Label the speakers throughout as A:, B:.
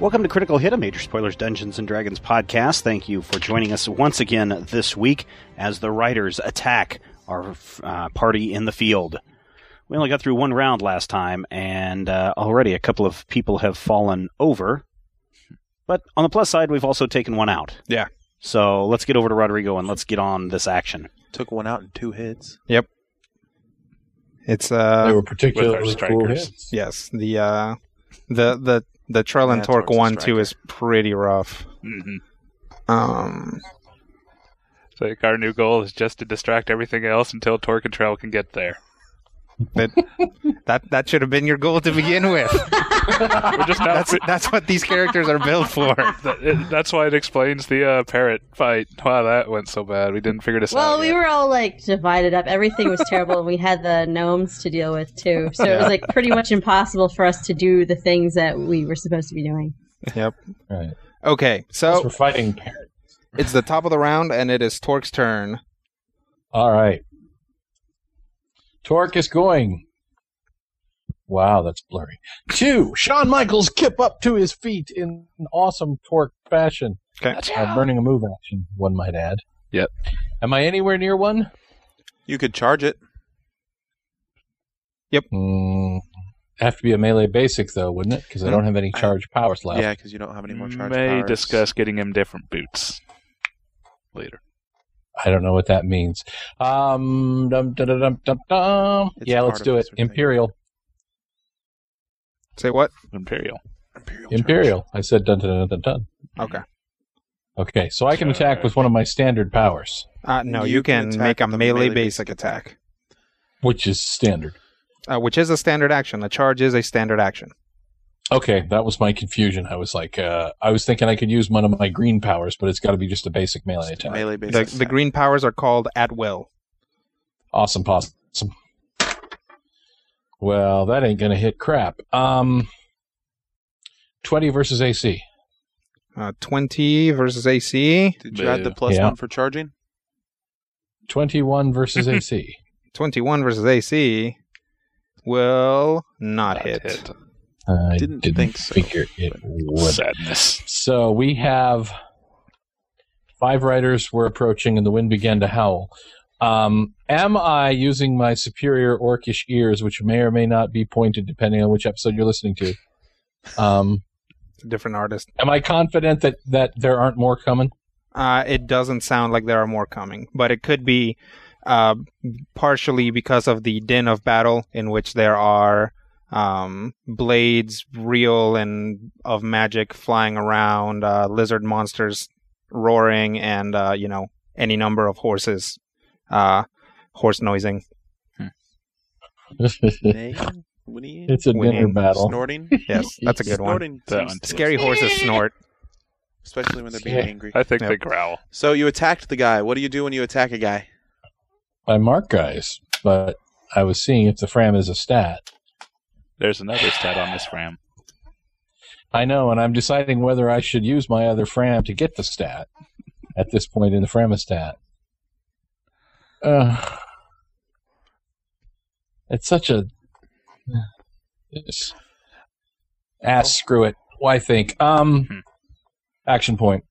A: Welcome to Critical Hit, a Major Spoilers Dungeons and Dragons podcast. Thank you for joining us once again this week as the writers attack our uh, party in the field. We only got through one round last time, and uh, already a couple of people have fallen over. But on the plus side, we've also taken one out.
B: Yeah.
A: So let's get over to Rodrigo and let's get on this action.
C: Took one out in two hits.
B: It's
D: they
B: uh
D: were particularly cool
E: strikers.
D: hits.
B: yes, the uh the the the Trell and
C: Yeah,
B: Torque
C: Torque's a
B: one two
C: striker.
B: is pretty rough.
E: Mm-hmm.
B: Um
E: It's like our new goal is just to distract everything else until Torque and Trell can get there.
B: that that that should have been your goal to begin with.
E: We're just not.
B: That's that's what these characters are built for.
E: that- it- that's why it explains the uh, parrot fight. Wow, that went so bad. We didn't figure this out.
F: Well, we
E: yet.
F: were all like divided up. Everything was terrible, and we had the gnomes to deal with too. So it was like pretty much impossible for us to do the things that we were supposed to be doing.
D: Right.
B: Okay,
C: Oh.
D: Those were
B: so
D: fighting parents.
B: it's the top of the round and it is Torque's turn.
D: All right. Torque is going. Wow, that's blurry. Two. Shawn Michaels kip up to his feet in an awesome Torque fashion.
B: Okay.
D: Uh, burning a move action, one might add.
E: Yep.
D: Am I anywhere near one?
C: You could charge it.
D: Mm, have to be a melee basic though, wouldn't it? Because I don't have any
C: I-
D: charge powers left.
C: Mm-hmm. Yeah, because you don't have any more charge
E: may
C: powers.
E: discuss getting him different boots later.
D: I don't know what that means. Um, dum, dum, dum, dum, dum, dum.
C: It's
D: Yeah,
C: part
D: let's
C: of
D: do
C: this
D: it.
C: thing.
D: Imperial.
B: Say what?
E: Imperial.
C: Imperial. charge.
D: Imperial. I said dun dun dun dun dun.
B: Okay.
D: Okay, so I can attack with one of my standard powers,
B: Uh, no, you,
C: You can
B: can,
C: attack
B: make a
C: with a
B: melee
C: melee
B: basic attack,
D: which is standard.
B: uh, which is a standard action. The charge is a standard action.
D: Okay, that was my confusion. I was like, uh, I was thinking I could use one of my green powers, but it's got to be just a basic melee
C: Just a
D: attack.
C: melee basic
B: The, the
C: attack.
B: green powers are called at will.
D: Awesome, possum. Well, that ain't gonna hit crap. Um, twenty versus AC.
B: Uh, 20 versus AC,
C: Did you add the
E: Yeah.
C: plus
D: Yeah.
C: one for charging?
D: Twenty-one versus AC.
B: 21 versus AC will not,
E: Not
B: hit.
E: hit.
D: I
C: Didn't think so.
D: figure it would.
E: Sadness.
D: So we have five riders were approaching, and the wind began to howl. Um, am I using my superior orcish ears, which may or may not be pointed depending on which episode you're listening to? Um,
B: It's a different artist.
D: am I confident that, that there aren't more coming?
B: Uh, it doesn't sound like there are more coming, but it could be uh, partially because of the din of battle in which there are um, blades, real and of magic flying around, uh, lizard monsters roaring, and uh, you know any number of horses, uh, horse noising.
C: Nay? Whinnying?
D: it's a dinner
B: Winning.
D: battle.
C: Snorting?
B: Yes, that's a good one.
C: Snorting
E: That
C: seems
E: one.
C: to-
B: Scary horses snort.
C: Especially when they're being
D: Yeah.
C: angry.
E: I think
B: Yep.
E: they growl.
C: So you attacked the guy. What do you do when you attack a guy?
D: I mark guys, but I was seeing if the Fram is a stat.
E: There's another stat on this ram.
D: I know, and I'm deciding whether I should use my other Fram to get the stat at this point in the Framistat. Uh, it's such a it's- ass. Screw it. Why think?
E: Hmm.
D: Um, action point.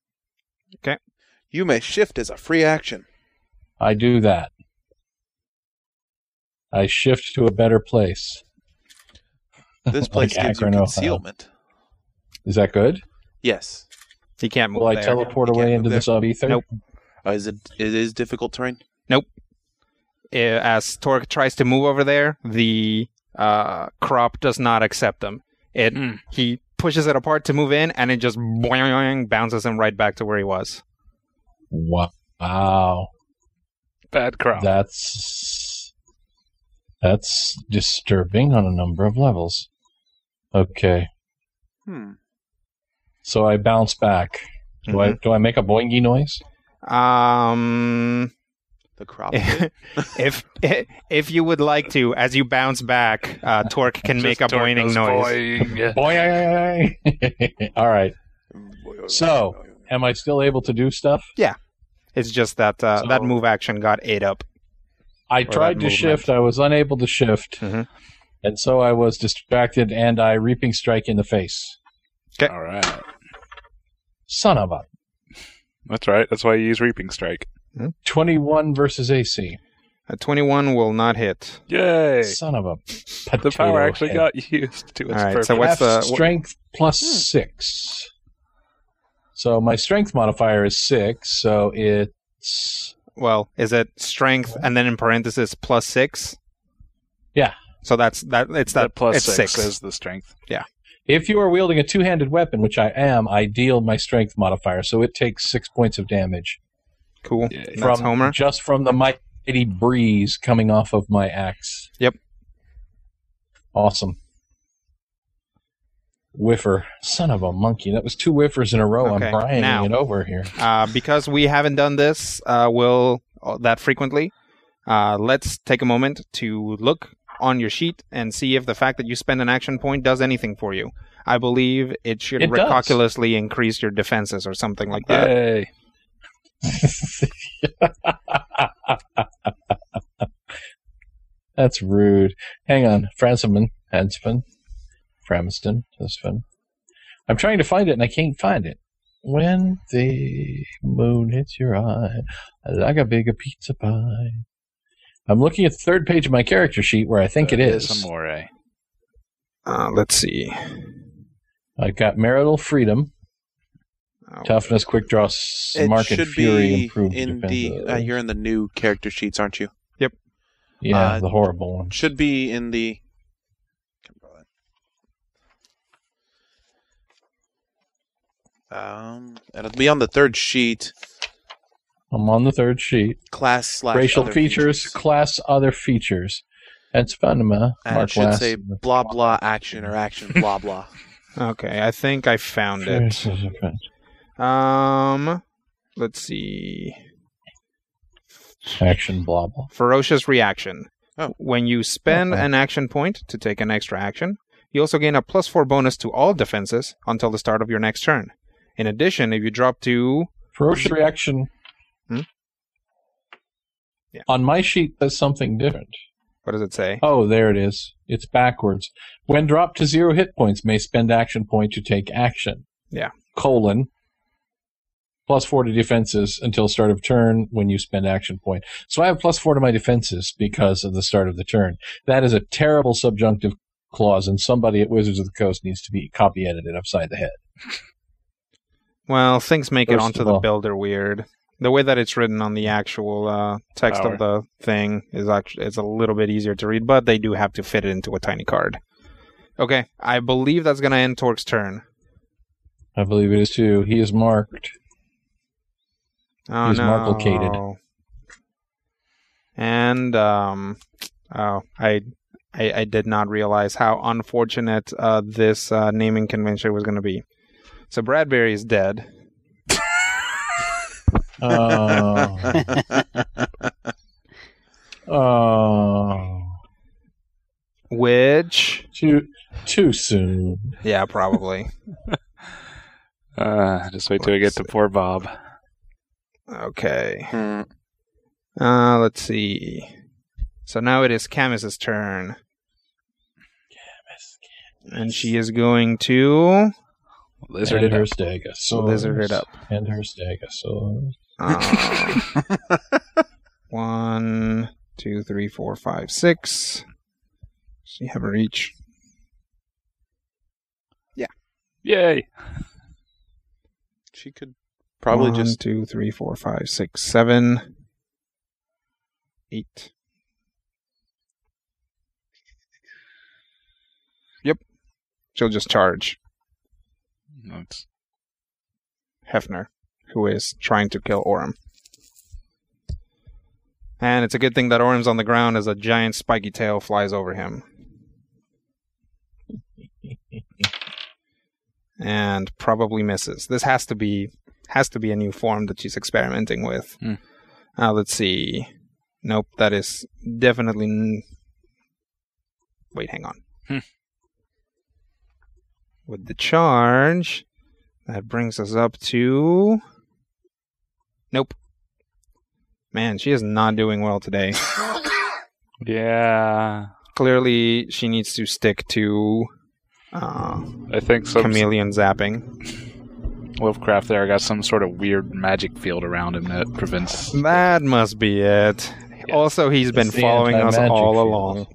C: You may shift as a free action.
D: I do that. I shift to a better place.
C: This place
D: Like
C: gives you
D: Akron, Ohio.
C: concealment.
D: Is that good?
C: Yes.
B: He can't move
D: Will I
B: there.
D: teleport
C: You can't
D: away
C: move
D: into the
C: there.
D: sub ether?
B: Nope.
C: Uh, is it? It is difficult terrain.
B: eh, as Torque tries to move over there, the uh, crop does not accept him. It
E: Mm.
B: he pushes it apart to move in, and it just boing, bounces him right back to where he was.
D: Wow.
E: Bad crop.
D: That's that's disturbing on a number of levels. Okay,
C: Hmm.
D: so I bounce back. Do I
E: Mm-hmm.
D: do I make a boingy noise?
B: Mm-hmm. Um,
C: The crop. did.
B: if if you would like to, as you bounce back, uh, Torque can make a
E: Just Torque
B: boining
E: goes
B: noise.
E: boing. Yeah.
D: Boing. All right. So- Am I still able to do stuff?
B: It's just that uh,
D: So-
B: that move action got ate up.
D: I
B: that
D: tried to
B: movement.
D: shift. I was unable to shift,
E: Mm-hmm.
B: Mhm.
D: and so I was distracted, and I reaping strike in the face.
B: Okay.
E: All right.
D: Son of a
E: That's right. That's why you use Reaping Strike.
D: 21 versus AC.
B: A 21 will not hit.
E: Yay!
D: Son of a
E: The power actually
D: head.
E: got used to its
B: All right,
E: purpose.
B: so what's
D: Half
B: the- Uh, wh- Hmm.
D: strength plus six. So my strength modifier is six. So it's
B: Well, is it strength and then in parentheses plus six?
D: Yeah.
B: So that's that. It's
E: that
B: that
E: plus
B: it's
E: six, is the strength.
D: if you are wielding a two-handed weapon, which I am, I deal my strength modifier. So it takes six points of damage
B: Cool.
E: Yeah.
B: That's
D: from
B: Homer.
D: just from the mighty breeze coming off of my axe.
B: Yep. Awesome.
D: Awesome. Whiffer, son of a monkey! That was two whiffers in a row.
B: Okay,
D: I'm brianing
B: now.
D: it over here.
B: Uh, because we haven't done this uh, will that frequently. Uh, let's take a moment to look on your sheet and see if the fact that you spend an action point does anything for you. I believe it should
D: It does.
B: recalculously increase your defenses or something like that.
E: Yay!
D: That's rude. Hang on. Fransman. Hansman. Framston. Hansman. I'm trying to find it and I can't find it. When the moon hits your eye, like a bigger pizza pie. I'm looking at the third page of my character sheet where I
E: Uh,
D: think it is.
E: Amore.
B: Uh, let's see.
D: I've got marital freedom,
B: Oh,
D: toughness, quick draw, s- market fury, improved
C: in
D: defense.
C: the. Uh, you're in the new character sheets, aren't you?
D: yeah,
C: uh,
D: the horrible one.
C: Should be in the. Um, it'll be on the third sheet.
D: I'm on the third sheet.
C: Class slash
D: racial
C: other
D: features, class other features. And Spanima,
C: And it
D: Mark
C: should
D: Last.
C: say blah blah action or action blah blah.
B: Okay, I think I found it.
D: Action
B: Um, let's see.
D: blah blah.
B: Ferocious reaction.
C: Oh.
B: When you spend
D: Okay.
B: an action point to take an extra action, you also gain a plus four bonus to all defenses until the start of your next turn. In addition, if you drop to
D: Ferocious reaction.
B: Hmm? Yeah.
D: On my sheet, that's something different.
B: what does it say?
D: Oh, there it is. It's backwards. When dropped to zero hit points, may spend action point to take action.
B: Yeah.
D: Colon. Plus four to defenses until start of turn when you spend action point. So I have plus four to my defenses because of the start of the turn. That is a terrible subjunctive clause, and somebody at Wizards of the Coast needs to be copy edited upside the head.
B: Well, things make it
D: First
B: onto
D: of
B: the
D: all-
B: builder weird. The way that it's written on the actual uh, text of the thing is actually it's a little bit easier to read, but they do have to fit it into a tiny card. Okay, I believe that's gonna end Torque's turn.
D: I believe it is too. He is marked.
B: Oh,
D: He's
B: no.
D: marplicated.
B: And um, oh, I, I I did not realize how unfortunate uh, this uh, naming convention was going to be. So Bradbury is dead.
D: Oh. oh.
B: Which,
D: Too, too soon.
B: yeah, probably.
E: Uh, just wait till we get to poor Bob.
B: okay.
C: Hmm.
B: Uh, let's see. So now it is Camus's turn, and she is going to
E: Lizard
D: and
E: it
D: her
E: up.
D: stegosaurus.
B: lizard it up.
D: And her stegosaurus.
B: Uh, one, two, three, four, five, six. Does she have a reach?
E: Yay!
C: She could probably
B: One,
C: just
B: two, three, four, five, six, seven, eight. Yep, she'll just charge
E: That's-
B: Hefner, who is trying to kill Orem. And it's a good thing that Orem's on the ground as a giant spiky tail flies over him. and probably misses. This has to be has to be a new form that she's experimenting with.
E: Hmm.
B: Uh, let's see. Nope, that is definitely. N- Wait, hang on.
E: Hmm.
B: With the charge, that brings us up to. Nope. Man, she is not doing well today.
E: Yeah.
B: Clearly, she needs to stick to uh,
E: I think some
B: chameleon zapping.
E: Lovecraft there got some sort of weird magic field around him that prevents.
B: That must be it.
E: Yeah.
B: Also, he's been
D: It's the
B: following us
D: anti-magic
B: all
D: field.
B: along.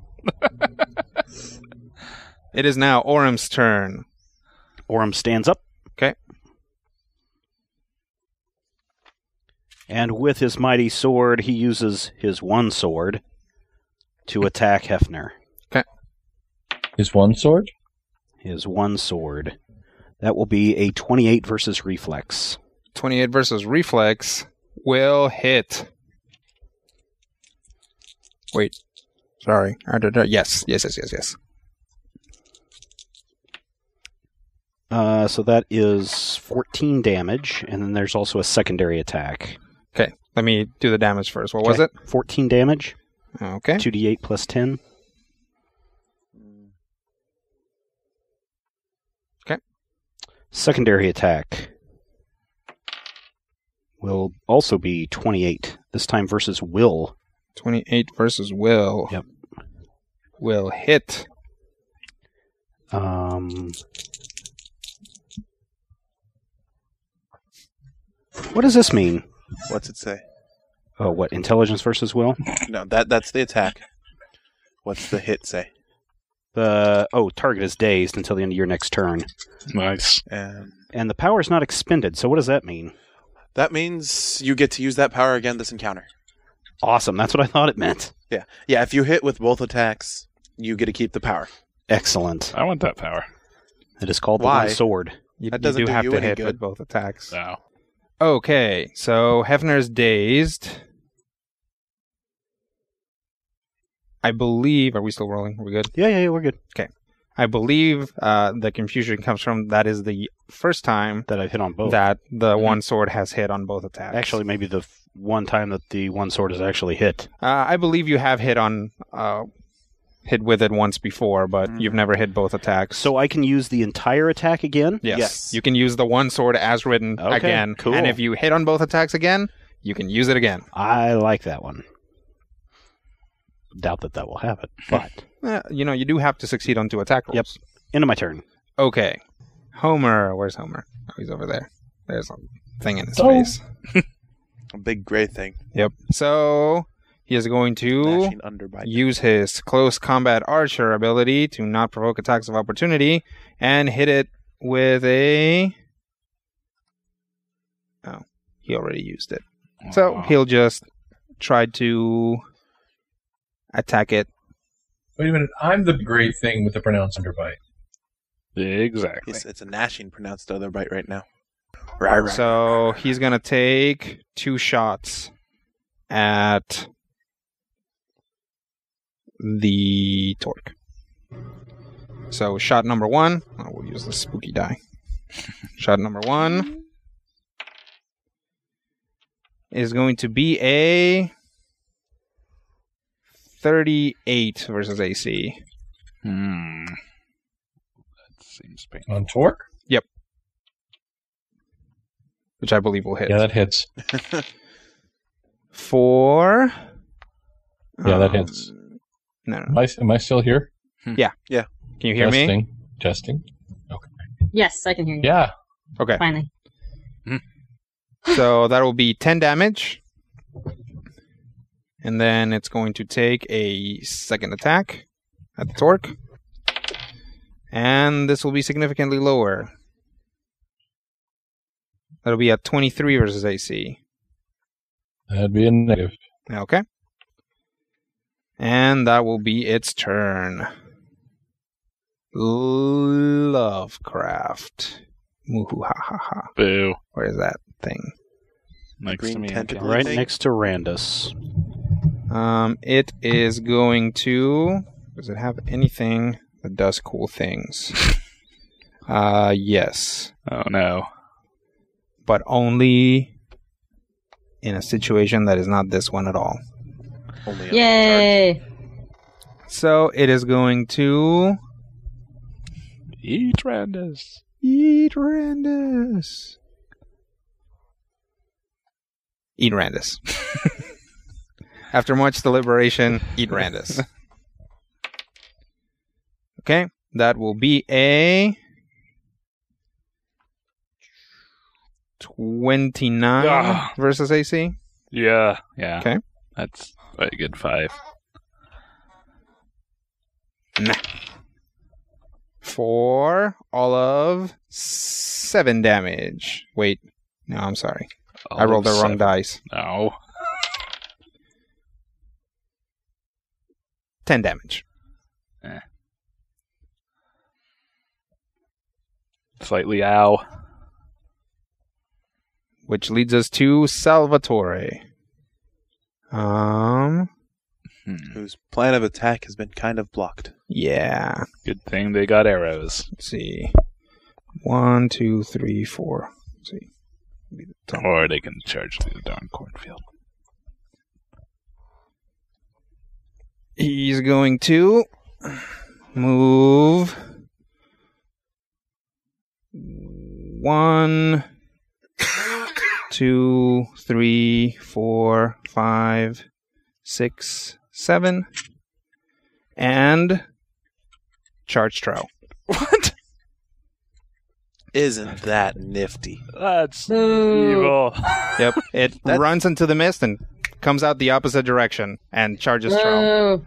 B: it is now Orem's turn.
A: Orm stands up.
B: Okay.
A: And with his mighty sword, he uses his one sword to attack Hefner.
D: Is one sword?
A: His one sword. That will be a 28 versus reflex.
B: 28 versus reflex will hit. Wait. Sorry. Uh, duh, duh, Yes, yes, yes, yes, yes.
A: Uh, so that is 14 damage, and then there's also a secondary attack.
B: Okay, let me do the damage first. What was it?
A: 14 damage,
B: Okay.
A: 2d8 plus 10.
B: Okay.
A: Secondary attack will also be 28, this time versus Will.
B: 28 versus will.
A: Yep.
B: Will hit.
A: Um, what does this mean?
C: What's it say?
A: Oh, what? Intelligence versus Will?
C: No, that that's the attack. What's the hit say?
A: The oh, target is dazed until the end of your next turn,
E: Nice.
C: Um,
A: and the power is not expended. So what does that mean?
C: that means you get to use that power again this encounter.
A: Awesome. That's what I thought it meant.
C: Yeah, yeah. If you hit with both attacks, you get to keep the power.
A: Excellent.
E: I want that power.
A: It is called
C: Why?
A: the One Sword.
B: You,
C: That
B: you
C: doesn't
B: do
C: do
B: have
C: you
B: to
C: any
B: hit with
C: good.
B: both attacks.
E: So
B: Okay, so Hefner's dazed. I believe. Are we still rolling? Are we good?
A: Yeah, yeah, yeah. We're good.
B: I believe uh, the confusion comes from that is the first time
A: That I've hit on both.
B: that the one sword has hit on both attacks.
A: actually, maybe the f- one time that the One Sword is actually hit.
B: uh, I believe you have hit on uh, hit with it once before, but you've never hit both attacks.
A: So I can use the entire attack again.
B: yes,
C: Yes.
B: you can use the one sword as written
A: Okay,
B: again,
A: cool.
B: and if you hit on both attacks again, you can use it again.
A: I like that one. Doubt that that will happen, but
B: Eh, you know, you do have to succeed on two attack rolls.
A: Yep. end of my turn.
B: Okay. Homer, where's Homer? Oh, he's over there. There's a thing in his
D: Oh.
B: face.
C: A big gray thing.
B: Yep. So he is going to
C: Gnashing underbite.
B: use his close combat archer ability to not provoke attacks of opportunity and hit it with a. Oh, he already used it.
E: Oh,
B: So he'll just try to attack it.
D: Wait a minute. I'm the great thing with the pronounced underbite.
E: exactly.
C: It's, it's a gnashing pronounced other bite right now. Right, right.
B: So he's gonna take two shots at the torque. So shot number one. Oh, we'll use the spooky die. shot number one is going to be a thirty-eight versus AC.
E: Hmm. That seems painful.
D: On torque?
B: Which I believe will hit.
D: Yeah, that hits.
B: Four. Um,
D: Yeah, that hits.
B: No, no,
D: Am
B: no.
D: I, am I still here?
B: Can you hear me?
D: Testing. Testing.
F: Yes, I can hear you.
D: Yeah.
B: Okay.
F: Finally.
B: So that will be 10 damage. And then it's going to take a second attack at the torque. And this will be significantly lower. That'll be at 23 versus AC.
D: That'd be a negative.
B: Okay. And that will be its turn. Lovecraft. Moo-hoo-ha-ha-ha.
E: Boo.
B: Where is that thing?
E: Next
C: green
E: to me.
C: tentacle.
E: okay.
A: Right
C: think-
A: next to Randus.
B: Um, it is going to. Does it have anything that does cool things? uh, yes,
E: Oh no.
B: but only in a situation that is not this one at all.
C: Only on
F: Yay!
B: So it is going to
E: Eat Randus.
B: eat Randus. Eat Randus. After much deliberation, eat Randus. Okay, That will be a 29
E: Ah.
B: versus AC.
E: Yeah, yeah.
B: Okay.
E: That's a good five.
B: For all of seven damage. Wait, no, I'm sorry. I rolled the wrong dice.
E: No.
B: 10 damage.
E: Slightly ow.
B: Which leads us to Salvatore. Um,
E: Hmm.
C: whose plan of attack has been kind of blocked.
B: yeah.
E: Good thing they got arrows.
B: Let's see. One, two, three, four. Let's see. Be the top.
E: Or they can charge through the darn cornfield.
B: He's going to move one, two, three, four, five, six, seven, and charge trial.
E: What?
C: Isn't that nifty?
E: That's
F: Boo.
E: evil.
B: Yep, it
C: That's-
B: runs into the mist and comes out the opposite direction and charges trial.
F: Boo.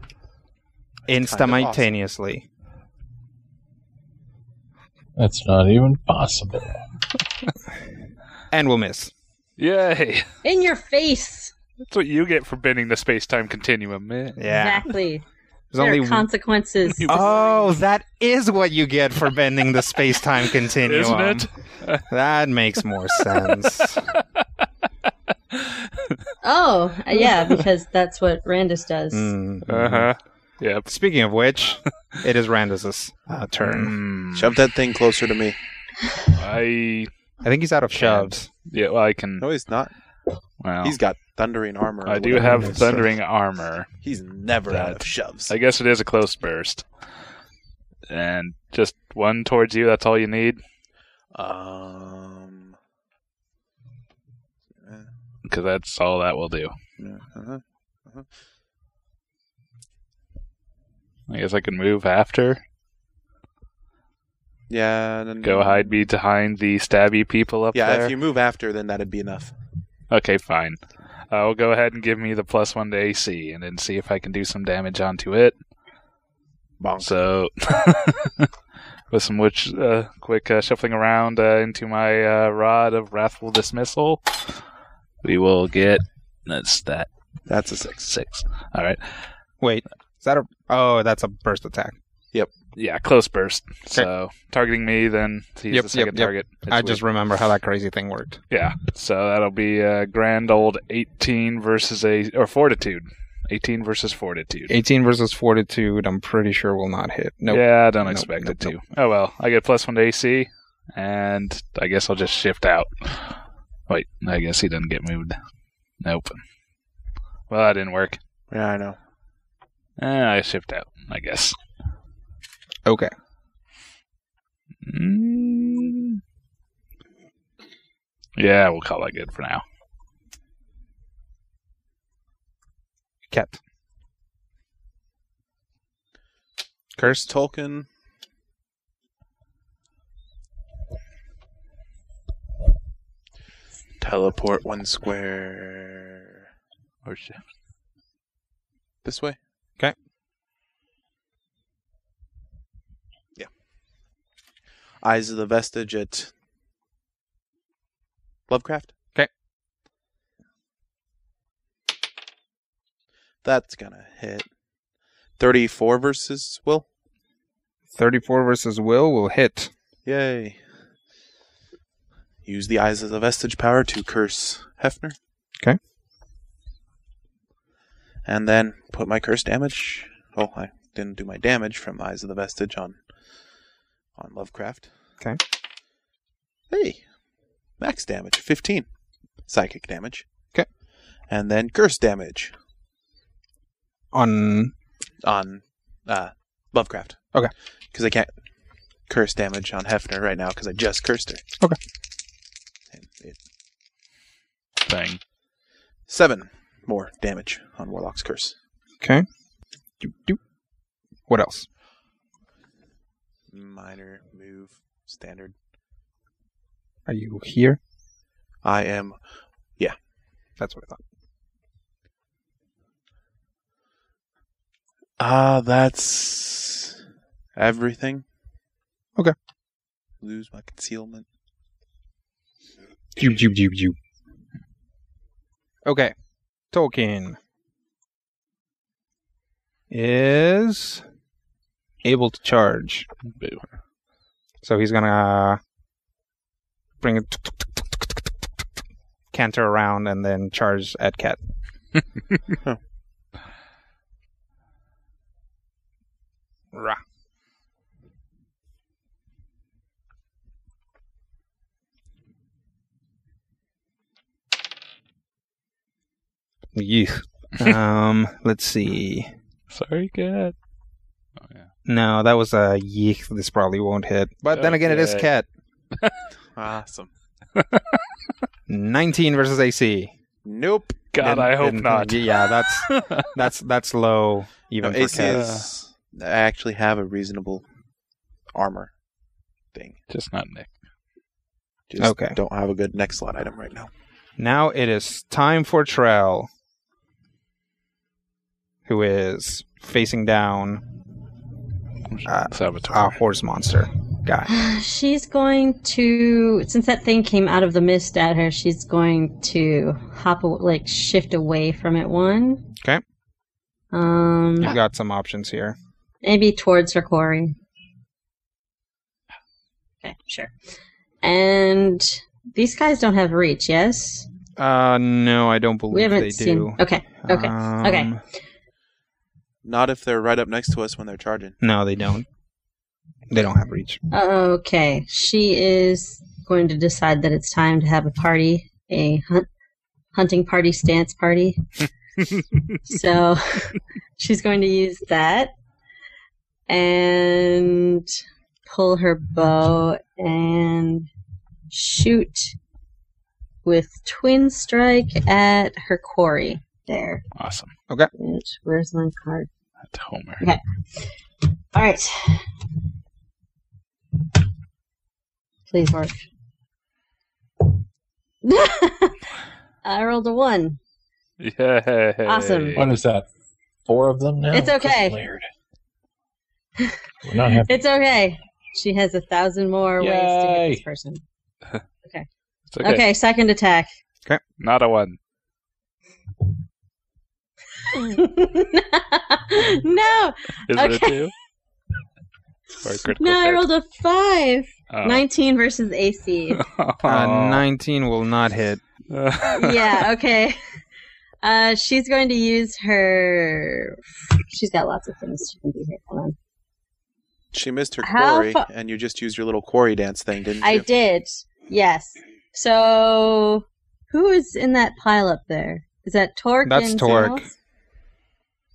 B: instantaneously.
D: That's not even possible.
B: And we'll miss.
E: Yay.
F: In your face.
E: That's what you get for bending the space time continuum, man.
B: Yeah.
F: Exactly.
B: There's
F: there
B: only
F: are consequences.
B: Oh, that is what you get for bending the space time continuum.
E: Isn't it? Uh-huh.
B: That makes more sense.
F: Oh, yeah, because that's what Randus does.
B: Mm.
E: Uh huh.
B: Mm-hmm.
E: Yep.
B: Speaking of which, it is Randus's uh, turn.
E: Mm.
C: Shove that thing closer to me.
E: I
B: I think he's out of shoves.
E: yeah. Well, I can.
C: No, he's not.
E: Well,
C: He's got thundering armor. or
E: I do
C: whatever.
E: have thundering armor.
C: He's never out
E: That-
C: of shoves.
E: I guess it is a close burst. And just one towards you. That's all you need.
C: Um.
E: Because that's all that will do.
C: uh-huh.
E: I guess I can move after.
C: Yeah. Then
E: Go hide me behind the stabby people up
C: Yeah,
E: there.
C: if you move after, then that'd be enough.
E: Okay, fine. I'll go ahead and give me the plus one to AC, and then see if I can do some damage onto it.
C: Bonk.
E: So, with some which uh, quick uh, shuffling around uh, into my uh, rod of wrathful dismissal, we will get that's that
C: That's a six.
E: six. All right,
B: Wait, is that a? Oh, that's a burst attack.
E: yeah, close burst. So targeting me, then to use
B: Yep,
E: the second
B: yep, yep.
E: target. It's
B: I
E: weird.
B: just remember how that crazy thing worked.
E: yeah. So that'll be a grand old eighteen versus a or fortitude. Eighteen versus fortitude.
B: 18 versus fortitude. I'm pretty sure will not hit. Nope.
E: Yeah, I don't
B: Nope,
E: expect
B: nope,
E: it to. Oh well, I get plus one to AC, and I guess I'll just shift out. Wait, I guess he didn't get moved. Nope. Well, that didn't work.
C: Yeah, I know.
E: Eh, I shift out, I guess.
B: Okay.
E: Mm. Yeah, we'll call that good for now.
B: Cat.
C: Curse Tolkien. Teleport one square
E: Or shift.
C: this way.
B: Okay.
C: Yeah. Eyes of the Vestige at Lovecraft.
B: 'Kay.
C: That's gonna hit. Thirty-four versus Will.
B: 34 versus will will hit.
C: Yay. Use the eyes as a vestige power to curse Hefner.
B: 'Kay.
C: And then put my curse damage. Oh, I didn't do my damage from Eyes of the Vestige on on Lovecraft.
B: 'Kay.
C: Hey. Max damage, fifteen. Psychic damage.
B: 'Kay.
C: And then curse damage
B: On
C: on uh, Lovecraft.
B: Okay.
C: Because I can't curse damage on Hefner right now because I just cursed her.
B: Okay.
C: And it-
E: Thing.
C: seven more damage on Warlock's curse.
B: Okay. Doop, doop. What else?
C: minor move, standard.
B: Are you here?
C: I am.
B: That's what I thought.
C: Ah, that's everything.
B: Okay.
C: Lose my concealment.
B: Jube, jube, jube, jube. Okay. Tolkien is able to charge.
E: Boo.
B: So he's gonna bring it, canter around, and then charge at cat. Rah. Yeesh. um, let's see.
E: Sorry, cat. Oh yeah.
B: No, that was a yeek. This probably won't hit. But then again, it is
E: Okay.
B: cat.
C: Awesome.
B: 19 versus AC.
C: Nope.
E: God,
B: Didn't-
E: I hope
B: didn't-
E: not.
B: Yeah, that's that's that's low
C: No,
B: even for
C: AC
B: cat.
C: is. I actually have a reasonable armor thing.
E: Just not Nick.
C: Just
B: Okay.
C: don't have a good next slot item right now.
B: Now it is time for Trell, who is facing down Uh, a
E: Saboteur.
B: horse monster guy.
F: She's going to, since that thing came out of the mist at her, she's going to hop, aw- like, shift away from it one.
B: Okay.
F: Um,
B: You've got some options here.
F: maybe towards her quarry. Okay, sure. And these guys don't have reach, yes?
B: Uh, no, I don't
F: We
B: believe
F: haven't
B: they
F: seen.
B: do.
F: Okay, okay, okay.
B: Um,
C: Not if they're right up next to us when they're charging.
B: No, they don't. They don't have reach.
F: Okay, she is going to decide that it's time to have a party, a hunt, hunting party, stance party. so she's going to use that and pull her bow and shoot with twin strike at her quarry there.
E: Awesome.
F: Which, where's my card?
E: That's Homer.
F: Okay. All right. Please work. I rolled a one.
E: Yay.
F: Awesome.
D: What is that? Four of them now?
F: It's okay.
D: Good lord. We're not happy.
F: It's okay. She has a thousand more ways to hit
D: Yay.
F: this person.
E: It's okay.
F: Okay, second attack.
E: Not a one.
F: no,
E: Is it a
F: Okay.
E: two? Or a critical
F: no, I
E: hit?
F: rolled a five.
E: Oh.
F: 19 versus AC.
B: Uh, 19 will not hit.
E: Uh,
F: yeah, okay. Uh, she's going to use her. She's got lots of things she can do here. Hold on.
C: She missed her
F: How
C: quarry,
F: fa-
C: and you just used your little quarry dance thing, didn't you?
F: I did. Yes. So who is in that pile up there? Is that Torque?
B: That's
F: and
B: Torque.
F: someone else?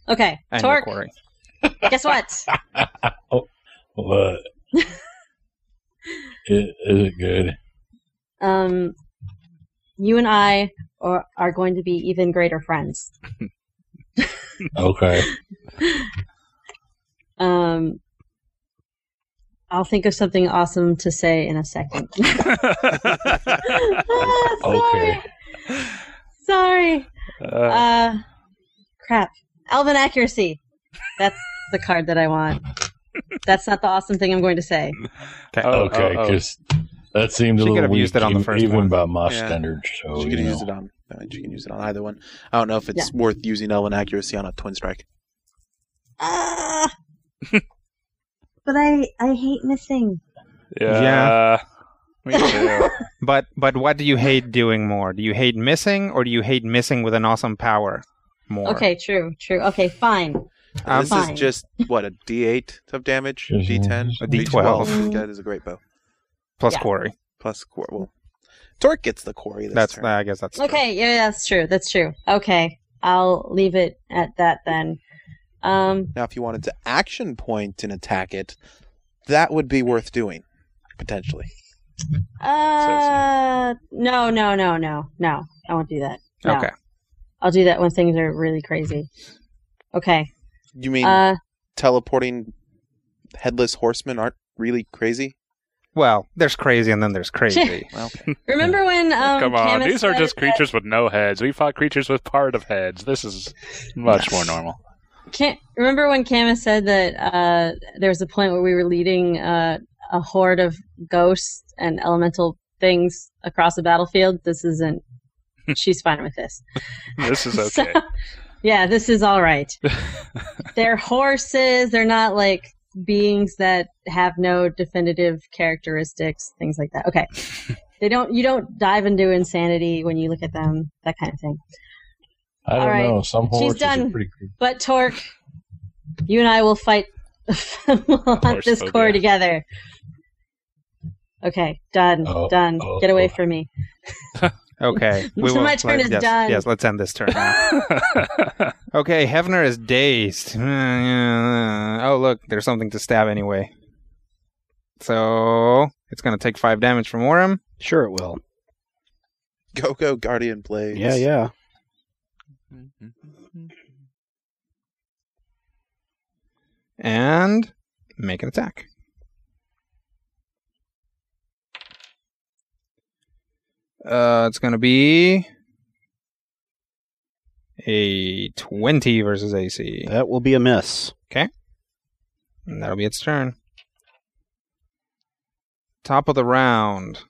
F: Okay,
B: And
F: Torque.
B: Corey.
F: Guess what?
D: What? I- Is it good?
F: Um, you and I are, are going to be even greater friends.
D: Okay.
F: Um, I'll think of something awesome to say in a second. Ah, sorry.
D: Okay.
F: Sorry.
E: Uh,
F: Uh, crap. Elven accuracy. That's the card that I want. That's not the awesome thing I'm going to say.
E: oh,
D: okay,
E: oh, oh.
D: because that seemed a
B: She could
D: little
B: have
D: weak,
B: used it on the
D: even-
B: first
D: even
B: one.
D: by my
C: Yeah.
D: standards. So
C: she
D: you
C: could use
D: know.
C: it on. I mean, she can use it on either one. I don't know if it's worth using Elven accuracy on a twin strike.
F: Ah. but I I hate missing.
E: yeah. Me too.
B: But but what do you hate doing more? Do you hate missing or do you hate missing with an awesome power more?
F: Okay, true, true. Okay, fine.
B: Um,
C: this
F: Fine.
C: is just what a D8 of damage,
D: Mhm.
C: D10,
D: A
B: D12.
F: Mm.
C: That is a great bow.
B: Plus
F: Yeah.
B: quarry.
C: Plus, quar- well, Torque gets the quarry. This
B: That's
C: turn.
B: I guess that's true.
F: Okay, yeah, yeah, that's true. That's true. Okay. I'll leave it at that then. Um
C: Now, if you wanted to action point and attack it, that would be worth doing potentially.
F: uh no, no, no, no. No. I won't do that. No.
B: Okay.
F: I'll do that when things are really crazy. Okay.
C: You mean
F: Uh
C: teleporting headless horsemen aren't really crazy?
B: Well, there's crazy and then there's crazy.
C: Well, okay.
F: Remember when? Um,
E: Come on,
F: Camus
E: these are
F: said
E: just
F: that-
E: creatures with no heads. We fought creatures with part of heads. This is much more normal.
F: Can't, remember when Camus said that uh, there was a point where we were leading uh, a horde of ghosts and elemental things across the battlefield? This isn't. She's fine with this.
E: This is
F: So-
E: okay.
F: yeah, this is all right. they're horses. They're not like beings that have no definitive characteristics, things like that. Okay. they don't. You don't dive into insanity when you look at them. That kind of thing.
D: I don't
F: All right.
D: know. Some horses are
F: done.
D: pretty creepy.
F: But Torque, you and I will fight we'll hunt this
E: Horsephobia.
F: core together. Okay, done,
D: Oh,
F: done.
D: oh,
F: Get away
D: oh.
F: from me.
B: Okay.
F: So my turn
B: let-
F: is
B: yes,
F: done.
B: Yes, let's end this turn now. okay, Hefner is dazed. oh, look, there's something to stab anyway. So it's going to take five damage from Worm.
A: Sure, it will.
C: Go go Guardian Blades.
A: Yeah, yeah.
B: and make an attack. Uh, it's going to be a 20 versus AC.
A: That will be a miss.
B: And that'll be its turn. Top of the round.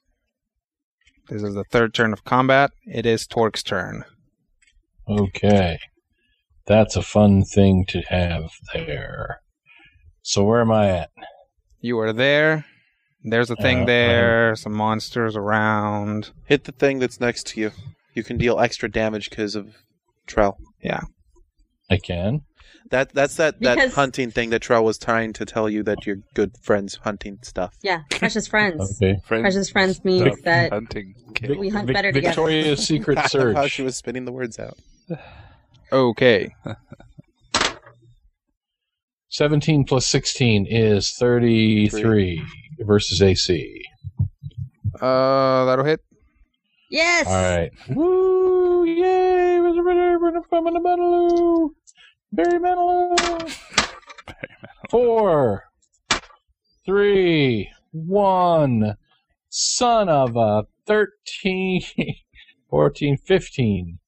B: This is the third turn of combat. It is Torque's turn.
D: Okay. That's a fun thing to have there. So where am I at?
B: You are there. There's a thing
D: Uh,
B: there. Some monsters around.
C: Hit the thing that's next to you. You can deal extra damage because of Trell.
D: I can.
C: That that's that, that
F: Because-
C: hunting thing that Trell was trying to tell you that your good friends hunting stuff.
F: Yeah, precious friends.
D: Okay.
E: Friends,
F: Precious friends means
E: stuff,
F: that
E: hunting. kill.
F: we hunt
D: Vic-
F: better together.
D: Victoria's Secret
C: I love how she
D: Search.
C: was spinning the words out.
B: Okay.
D: 17 plus 16 is 33 versus AC.
B: Uh, that'll hit.
F: Yes.
D: All right. Woo! Yay! We're the winner. We're coming to Metaloo. Barry Metaloo. Four, three, one. Son of a 13, 14, 15.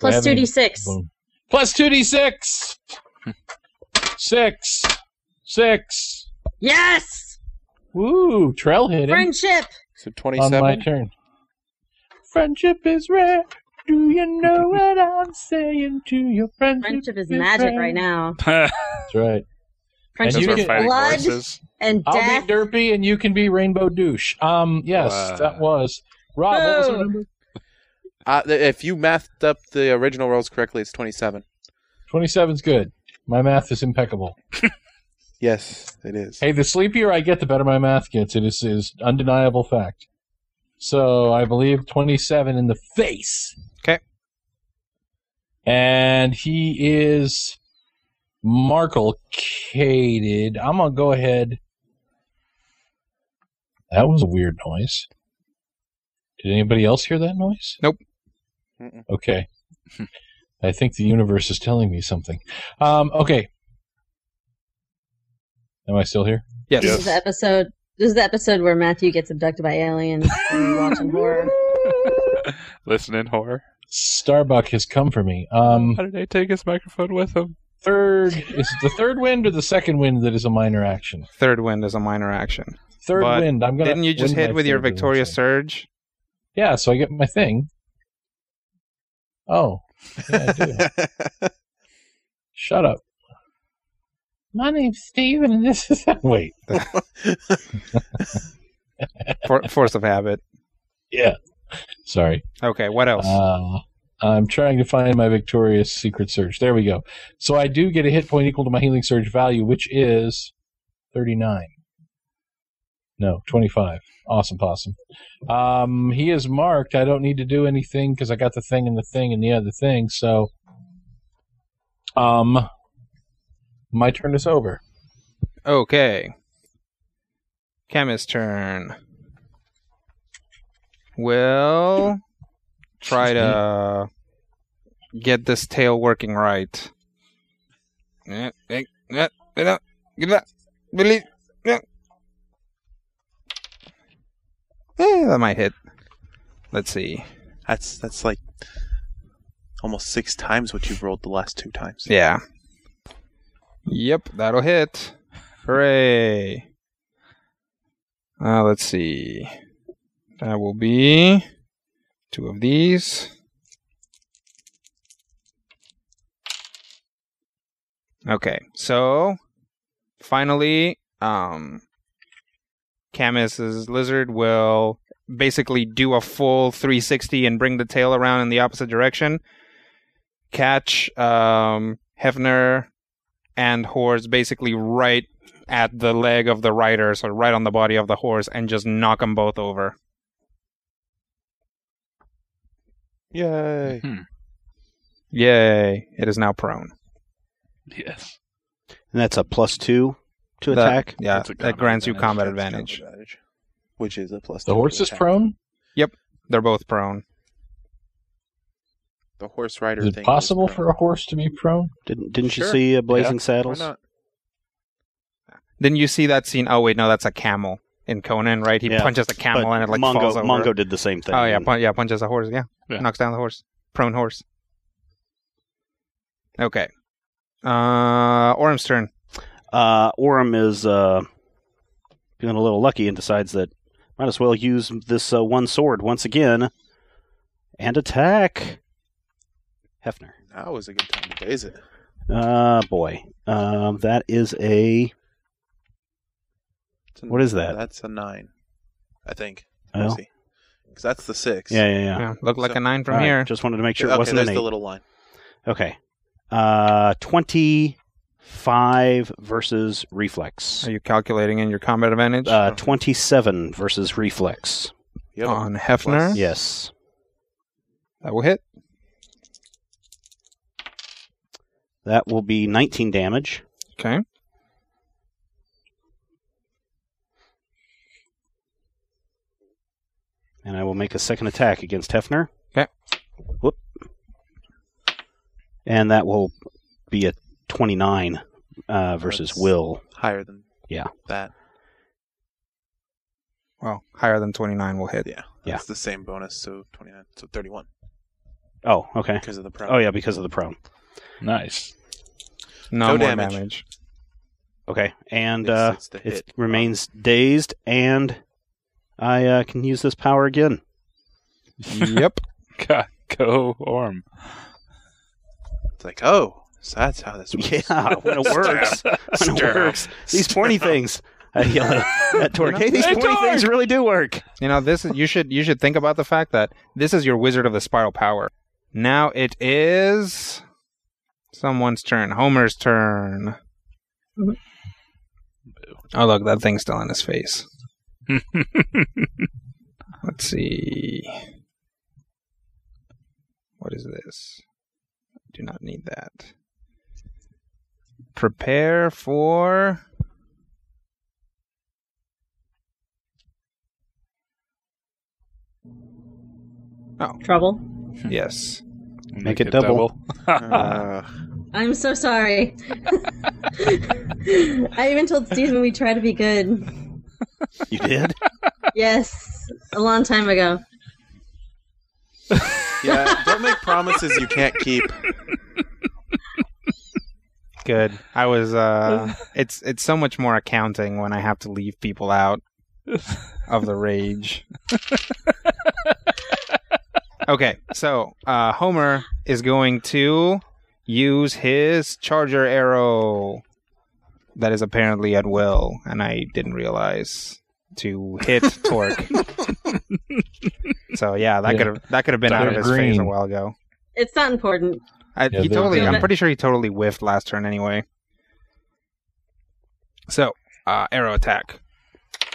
F: Plus two
D: Grabbing-
F: d six.
D: Boom. Plus 2d6. Six, six.
F: Yes.
D: Woo! Trail hit him
F: Friendship.
C: So
D: on my
C: 27.
D: turn. Friendship is rare. Do you know what I'm saying to your friendship?
F: Friendship is magic
D: rare.
F: right now.
D: That's right.
E: Since
F: Friendship
D: you
E: we're
F: is
D: get-
E: fighting
F: blood
E: horses.
F: and
D: I'll
F: death.
D: be derpy and you can be rainbow douche. Um, yes,
E: Wow.
D: that was Rob. What was her
F: Boo.
D: number?
C: Uh, th- if you mathed up the original rolls correctly, it's 27.
D: Twenty-seven's good. My math is impeccable.
C: Yes, it is.
D: Hey, the sleepier I get, the better my math gets. It is is undeniable fact. So I believe twenty-seven in the face.
B: 'Kay.
D: And he is marklecated. I'm gonna go ahead. That was a weird noise. Did anybody else hear that noise?
B: Nope.
C: Mm-mm.
D: Okay. I think the universe is telling me something. Um, okay. Am I still here?
B: Yes.
F: This is the episode. This is the episode where Matthew gets abducted by aliens and you watch in horror.
E: Listen in horror.
D: Starbuck has come for me. Um,
E: How did they take his microphone with them?
D: third is it the third wind or the second wind that is a minor action.
B: Third wind is a minor action.
D: Third
B: But
D: wind. I'm gonna.
B: Didn't you just
D: win
B: hit
D: my
B: with your
D: third wind,
B: Victoria
D: so-
B: Surge?
D: Yeah, so I get my thing. Oh, yeah, I do. shut up. My name's Steven, and this is wait.
B: For, force of habit.
D: Yeah, sorry.
B: Okay, what else?
D: Uh, I'm trying to find my victorious secret surge. There we go. So I do get a hit point equal to my healing surge value, which is 39. No, 25. Awesome, possum. Um, he is marked. I don't need to do anything because I got the thing and the thing and the other thing. So, um, my turn is over.
B: okay. Chemist turn. Will try to get this tail working right. Eh, eh, eh, eh, eh, eh, eh, eh, eh, Eh, that might hit. Let's see.
C: That's that's like almost six times what you've rolled the last two times.
B: Yeah. Yep, that'll hit. Hooray. Uh, let's see. That will be two of these. Okay, so finally, um, Camus's lizard will basically do a full 360 and bring the tail around in the opposite direction, catch um, Hefner and horse basically right at the leg of the rider, so right on the body of the horse, and just knock them both over.
C: Yay!
E: Hmm.
B: Yay! It is now prone.
E: Yes.
A: And that's a plus two to
B: That-
A: attack.
B: Yeah,
E: That's a
B: that
E: combat
B: grants you
E: advantage.
B: combat
C: That's
B: advantage.
C: combat advantage, which is a plus.
D: The
C: two to
D: horse is
C: attack.
D: prone?
B: They're both prone.
C: The horse rider.
D: Is
C: thing
D: it possible
C: prone.
D: for a horse to be prone?
A: Didn't didn't you
C: Sure.
A: see uh, Blazing
C: Why
A: Saddles?
C: not?
B: Then you see that scene. Oh wait, no, that's a camel in Conan, right? He
A: Yeah,
B: punches a camel
A: But
B: and it like
A: Mongo,
B: falls over.
A: Mongo did the same thing.
B: oh yeah, pun- yeah, punches a horse. Yeah.
E: Yeah.
B: knocks down the horse, prone horse. Okay. Uh, Orm's turn.
A: uh, Orem is uh, feeling a little lucky and decides that might as well use this uh, one sword once again and attack Hefner.
C: Now is a good time to raise it.
A: Uh boy, um, that is a
C: It's a-
A: What is that?
C: That's a nine, I think.
A: oh,
C: Because that's the six.
A: yeah yeah yeah.
B: Yeah, look like
C: So-
B: a nine from
A: All right,
B: here.
A: just wanted to make sure
C: okay,
A: it wasn't
C: there's
A: an eight.
C: the little line.
A: Okay, uh, twenty-five versus reflex.
B: Are you calculating in your combat advantage
A: Uh, twenty-seven versus reflex.
C: Yep.
B: on Hefner?
C: plus-
A: Yes.
B: That will hit.
A: That will be 19 damage.
B: Okay.
A: And I will make a second attack against Hefner.
B: Okay.
A: Whoop. And that will be a 29 uh, versus
C: That's-
A: Will.
C: Higher than.
A: Yeah.
C: That.
B: Well, higher than 29 will hit.
C: Yeah. That's
A: Yeah.
C: the same bonus, so 29, so 31
A: Oh, okay.
C: because of the pro.
A: Oh, yeah, because of the prone.
E: Nice.
B: No,
C: No
B: more damage.
C: damage.
A: Okay. And
C: It's-
A: uh,
C: it's the
A: it
C: hit.
A: remains dazed, and I uh, can use this power again.
B: yep.
E: God, go Orm.
C: It's like, oh, so that's how this works.
A: Yeah, when it works. when it
C: Stab.
A: works. These pointy things. I yell at, at Torque. Hey, these
E: Hey,
A: pointy
E: Torque!
A: things really do work.
B: You know, this is, you should you should think about the fact that this is your wizard of the spiral power. Now it is someone's turn. Homer's turn.
F: Mhm.
B: Oh look, that thing's still in his face. Let's see. What is this? I do not need that. Prepare for
F: Trouble.
B: yes.
A: Make it double.
C: Uh,
F: I'm so sorry. I even told Steven we try to be good.
A: You did?
F: Yes, a long time ago.
C: yeah, don't make promises you can't keep.
B: Good. I was uh it's it's so much more accounting when I have to leave people out of the rage. okay, so uh Homer is going to use his charger arrow that is apparently at will and I didn't realize to hit Torque. so yeah, that
D: Yeah.
B: could have that could have been out of
D: They're
B: his face a
D: green.
B: while ago.
F: It's not important.
B: I,
D: Yeah,
B: he
D: they're-
B: totally. I'm
F: Yeah.
B: pretty sure he totally whiffed last turn anyway. So, uh, arrow attack.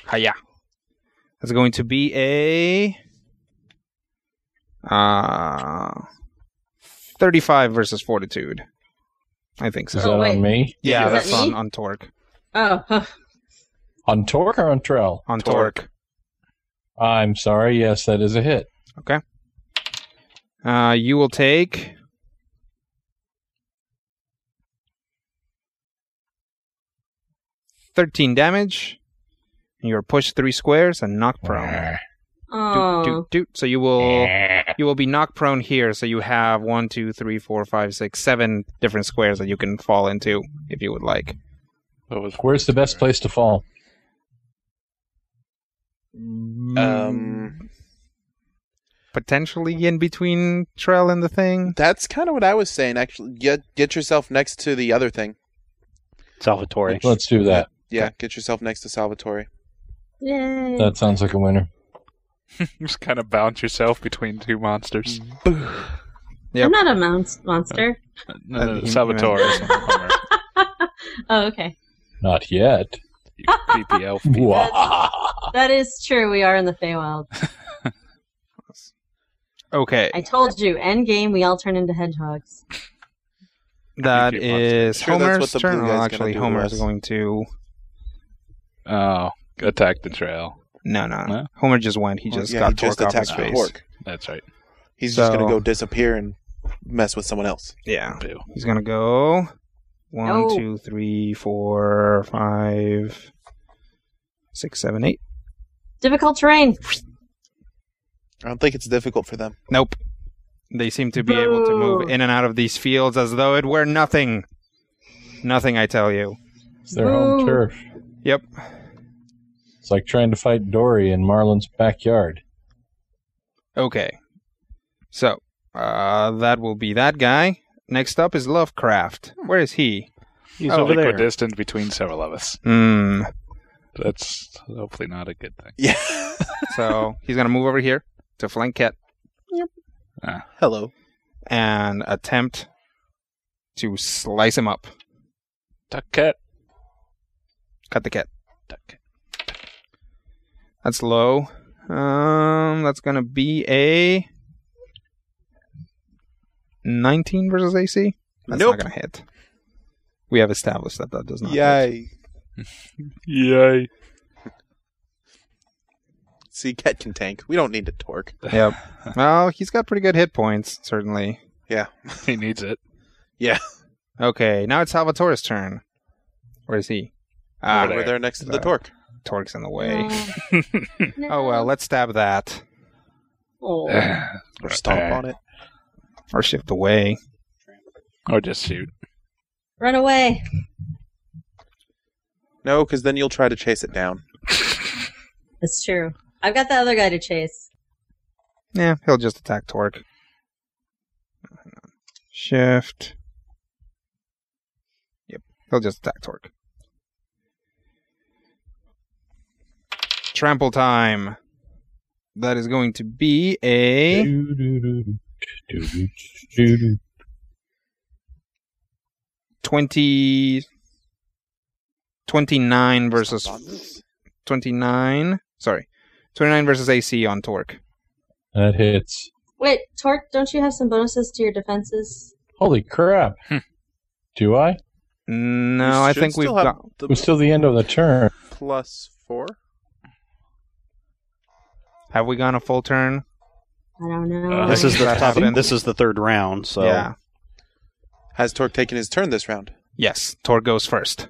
B: Hiya. That's going to be a uh, 35 versus fortitude. I think so.
D: Is
F: Oh,
D: that
F: wait.
D: on me?
B: yeah,
F: Is that
B: that's on,
F: me?
B: on Torque.
F: Oh, huh.
D: On Torque or on Trell?
B: On
C: Torque.
B: Torque.
D: I'm sorry. Yes, that is a hit.
B: Uh, you will take.
C: Ah.
B: Thirteen damage. You're pushed three squares and knocked prone.
F: Oh,
B: Doot, doot, doot. So you will you will be knock prone here. So you have one, two, three, four, five, six, seven different squares that you can fall into if you would like.
E: What was
D: Where's the best place to fall?
A: Mm.
C: Um,
B: potentially in between trail and the thing.
C: that's kind of what I was saying. Actually, get get yourself next to the other thing.
A: Salvatore.
D: Let's do that.
C: Yeah, get yourself next to Salvatore.
F: yay!
B: Uh,
D: That sounds like a winner.
E: just kind of bounce yourself between two monsters?
B: Yep.
F: I'm not a mon- monster.
E: No, no,
B: Uh,
E: Salvatore. is one of them.
F: oh, okay.
D: Not yet.
E: You creepy elf.
D: Wah.
B: Uh.
F: That is true. We are in the Feywild.
B: Okay,
F: I told you, end game, we all turn into hedgehogs.
B: that
E: If you want to.
B: is
C: Sure,
B: Homer's
C: that's what the blue
B: turn.
C: guy's
B: Well,
C: gonna
B: actually,
C: do to
B: Homer
C: us.
B: is going to.
E: Oh, attack the trail.
B: No, no,
E: No?
B: Homer just went. He just
C: yeah,
B: got
C: he just
B: Torque off his
C: attacked the
B: face.
C: pork.
E: That's right.
C: He's just gonna
B: So-
C: go disappear and mess with someone else.
B: Yeah,
E: Boo.
B: he's gonna go. One,
F: No.
B: two, three, four, five, six, seven, eight.
F: Difficult terrain.
C: I don't think it's difficult for them.
B: Nope. They seem to be able to move
F: Boo.
B: in and out of these fields as though it were nothing. Nothing, I tell you.
D: It's their home
F: Boo.
D: turf.
B: Yep.
D: It's like trying to fight Dory in Marlin's backyard.
B: Okay. So, uh, that will be that guy. Next up is Lovecraft.
F: Hmm.
B: Where is he?
A: He's
B: Oh,
A: over there.
E: Equidistant between several of us.
B: Hmm.
E: That's hopefully not a good thing.
C: Yeah.
B: So, he's going to move over here to Flankette
C: Hello.
B: and attempt to slice him up.
E: Duck cat.
B: Cut the cat.
E: Duck cat.
B: That's low. Um, that's going to be a 19 versus AC. That's
C: Nope.
B: not going to hit. We have established that that does not hit.
C: Yay.
E: Yay.
C: See, Ket can tank. We don't need to torque.
B: Yep. Well, he's got pretty good hit points, certainly.
E: He needs it.
B: Okay, now it's Salvatore's turn. Where is he? Ah,
E: Over
C: We're there next to the
B: Uh,
C: torque.
B: Torque's in the way.
F: Mm. Uh, No.
B: Oh well, let's stab that.
F: Oh.
C: Or stomp on it.
B: Or shift away.
E: Or just shoot.
F: Run away.
C: No, because then you'll try to chase it down.
F: That's true. I've got the other guy to chase.
B: Yeah, he'll just attack Torque. Shift. Yep, he'll just attack Torque. Trample time. That is going to be a
D: That's
B: 20 29 versus
C: Stomp on this.
B: 29 sorry 29 versus ac on torque
D: That hits.
F: Wait, Torque, don't you have some bonuses to your defenses?
D: Holy crap.
C: Hmm.
D: Do I? It
C: You
B: no i
C: should
B: think we've
C: still have
B: got
C: the
D: was still the end of the turn.
C: plus four.
B: have we gone a full turn
F: I don't know.
E: Uh,
A: This is the
B: That
A: top,
B: happened.
A: this is the third round, so
B: yeah
C: Has Torque taken his turn this round?
B: yes torque goes first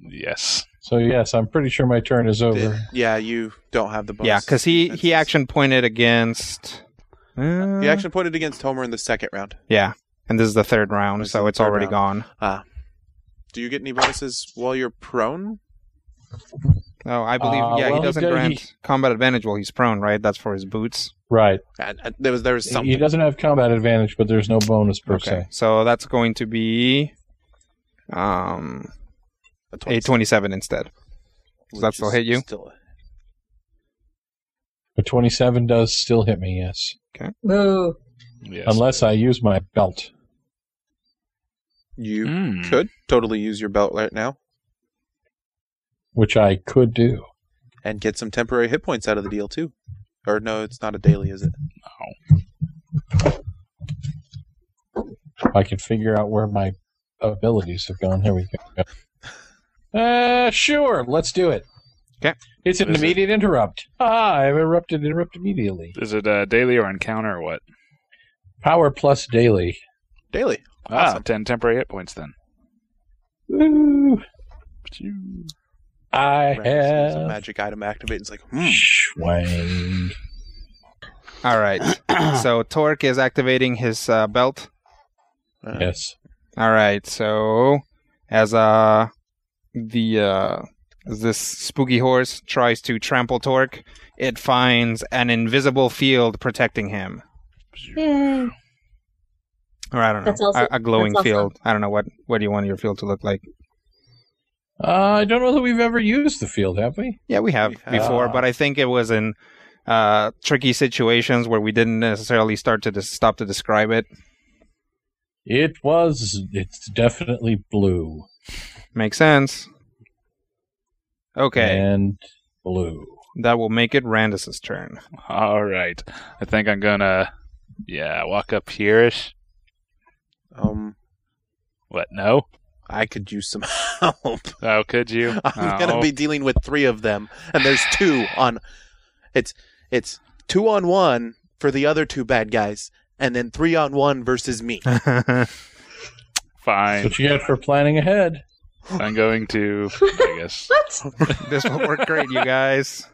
E: Yes.
D: So, yes, I'm pretty sure my turn is over.
C: Did- yeah, you don't have the bonus.
B: yeah because he he
C: defenses.
B: action pointed against uh,
C: He action pointed against Homer in the second round.
B: yeah and this is the third round
C: This is
B: so
C: the
B: it's
C: third
B: already gone
C: Do you get any bonuses while you're prone?
B: oh i believe
D: Uh,
B: yeah
D: well,
B: he
D: he
B: doesn't
D: does-
B: grant
D: he-
B: combat advantage while he's prone right that's for his boots
D: Right.
C: Uh, uh, there was there was
D: He
C: something.
D: doesn't have combat advantage, but there's no bonus per
B: okay
D: se.
B: so that's going to be um
C: A
B: a 27 instead Does that
C: which
B: still
C: is
B: hit you?
C: still a-
D: But 27 does still hit me, yes.
F: Boo.
E: Yes.
D: Unless I use my belt.
C: you
E: Hmm.
C: could totally use your belt right now
D: which I could do.
C: and get some temporary hit points out of the deal too. Or no, it's not a daily, is it?
D: If I could figure out where my abilities have gone. Here we go. Uh, sure. Let's do it.
B: 'Kay.
D: It's an
E: Is it-
D: immediate interrupt. Ah, I've erupted interrupt immediately.
E: Is it uh, daily or encounter or what?
D: Power plus daily.
C: Daily.
E: Ah,
C: Awesome.
E: 10 temporary hit points then.
D: Woo. I
C: Right, so it's a
D: have
C: magic item activate. It's like, hmm,
D: Wang.
B: All right. so Torque is activating his uh, belt.
C: Uh,
D: Yes.
B: All right. So as uh the uh as this spooky horse tries to trample Torque, it finds an invisible field protecting him.
F: Yay.
B: Or I don't know,
F: That's also-
B: a, a glowing
F: that's also-
B: field. I don't know what what do you want your field to look like.
D: Uh, I don't know that we've ever used the field, have we?
B: Yeah, we have
C: We have.
B: before, but I think it was in uh tricky situations where we didn't necessarily start to des- stop to describe it.
D: It was. It's definitely blue.
B: Makes sense. Okay,
D: And blue.
B: that will make it Randus's turn.
E: All right. I think I'm gonna, yeah, walk up here-ish.
C: Um,
E: What? No?
C: I could use some help.
E: Oh, could you?
C: I'm
E: Oh.
C: gonna be dealing with three of them, and there's two on. It's it's two on one for the other two bad guys, and then three on one versus me.
D: That's
E: fine.
D: what you get for planning ahead.
E: I'm going to. I guess.
F: What?
B: this will work great, you guys.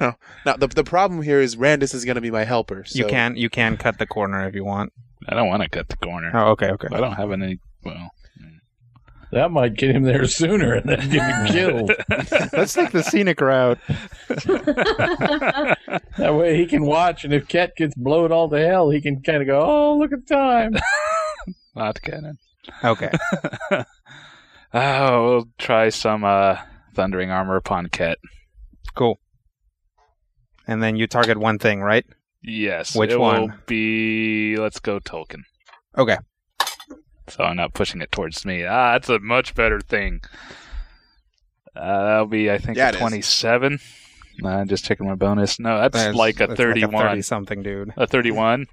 C: Now the the problem here is Randus is gonna be my helper. So
B: You can you can cut the corner if you want.
E: I don't want to cut the corner.
B: Oh, okay, okay.
E: I don't have any. Well,
D: That might get him there sooner and then get him killed.
B: Let's take the scenic route.
D: That way he can watch, and if Cat gets blown all to hell, he can kind of go, oh, look at time.
E: not cannon.
B: Okay.
E: Oh, we'll try some uh, thundering armor upon Ket.
B: Cool. And then you target one thing, right?
E: Yes.
B: Which
E: it Will
B: one?
E: be let's go Tolkien.
B: Okay.
E: So I'm not pushing it towards me. Ah, that's a much better thing. Uh, that'll be I think
C: Yeah,
E: a
C: it is.
E: 27. I'm just checking my bonus. No, that's
B: There's-
E: like a
B: that's
E: 31.
B: Like a 30 something, dude.
E: a 31.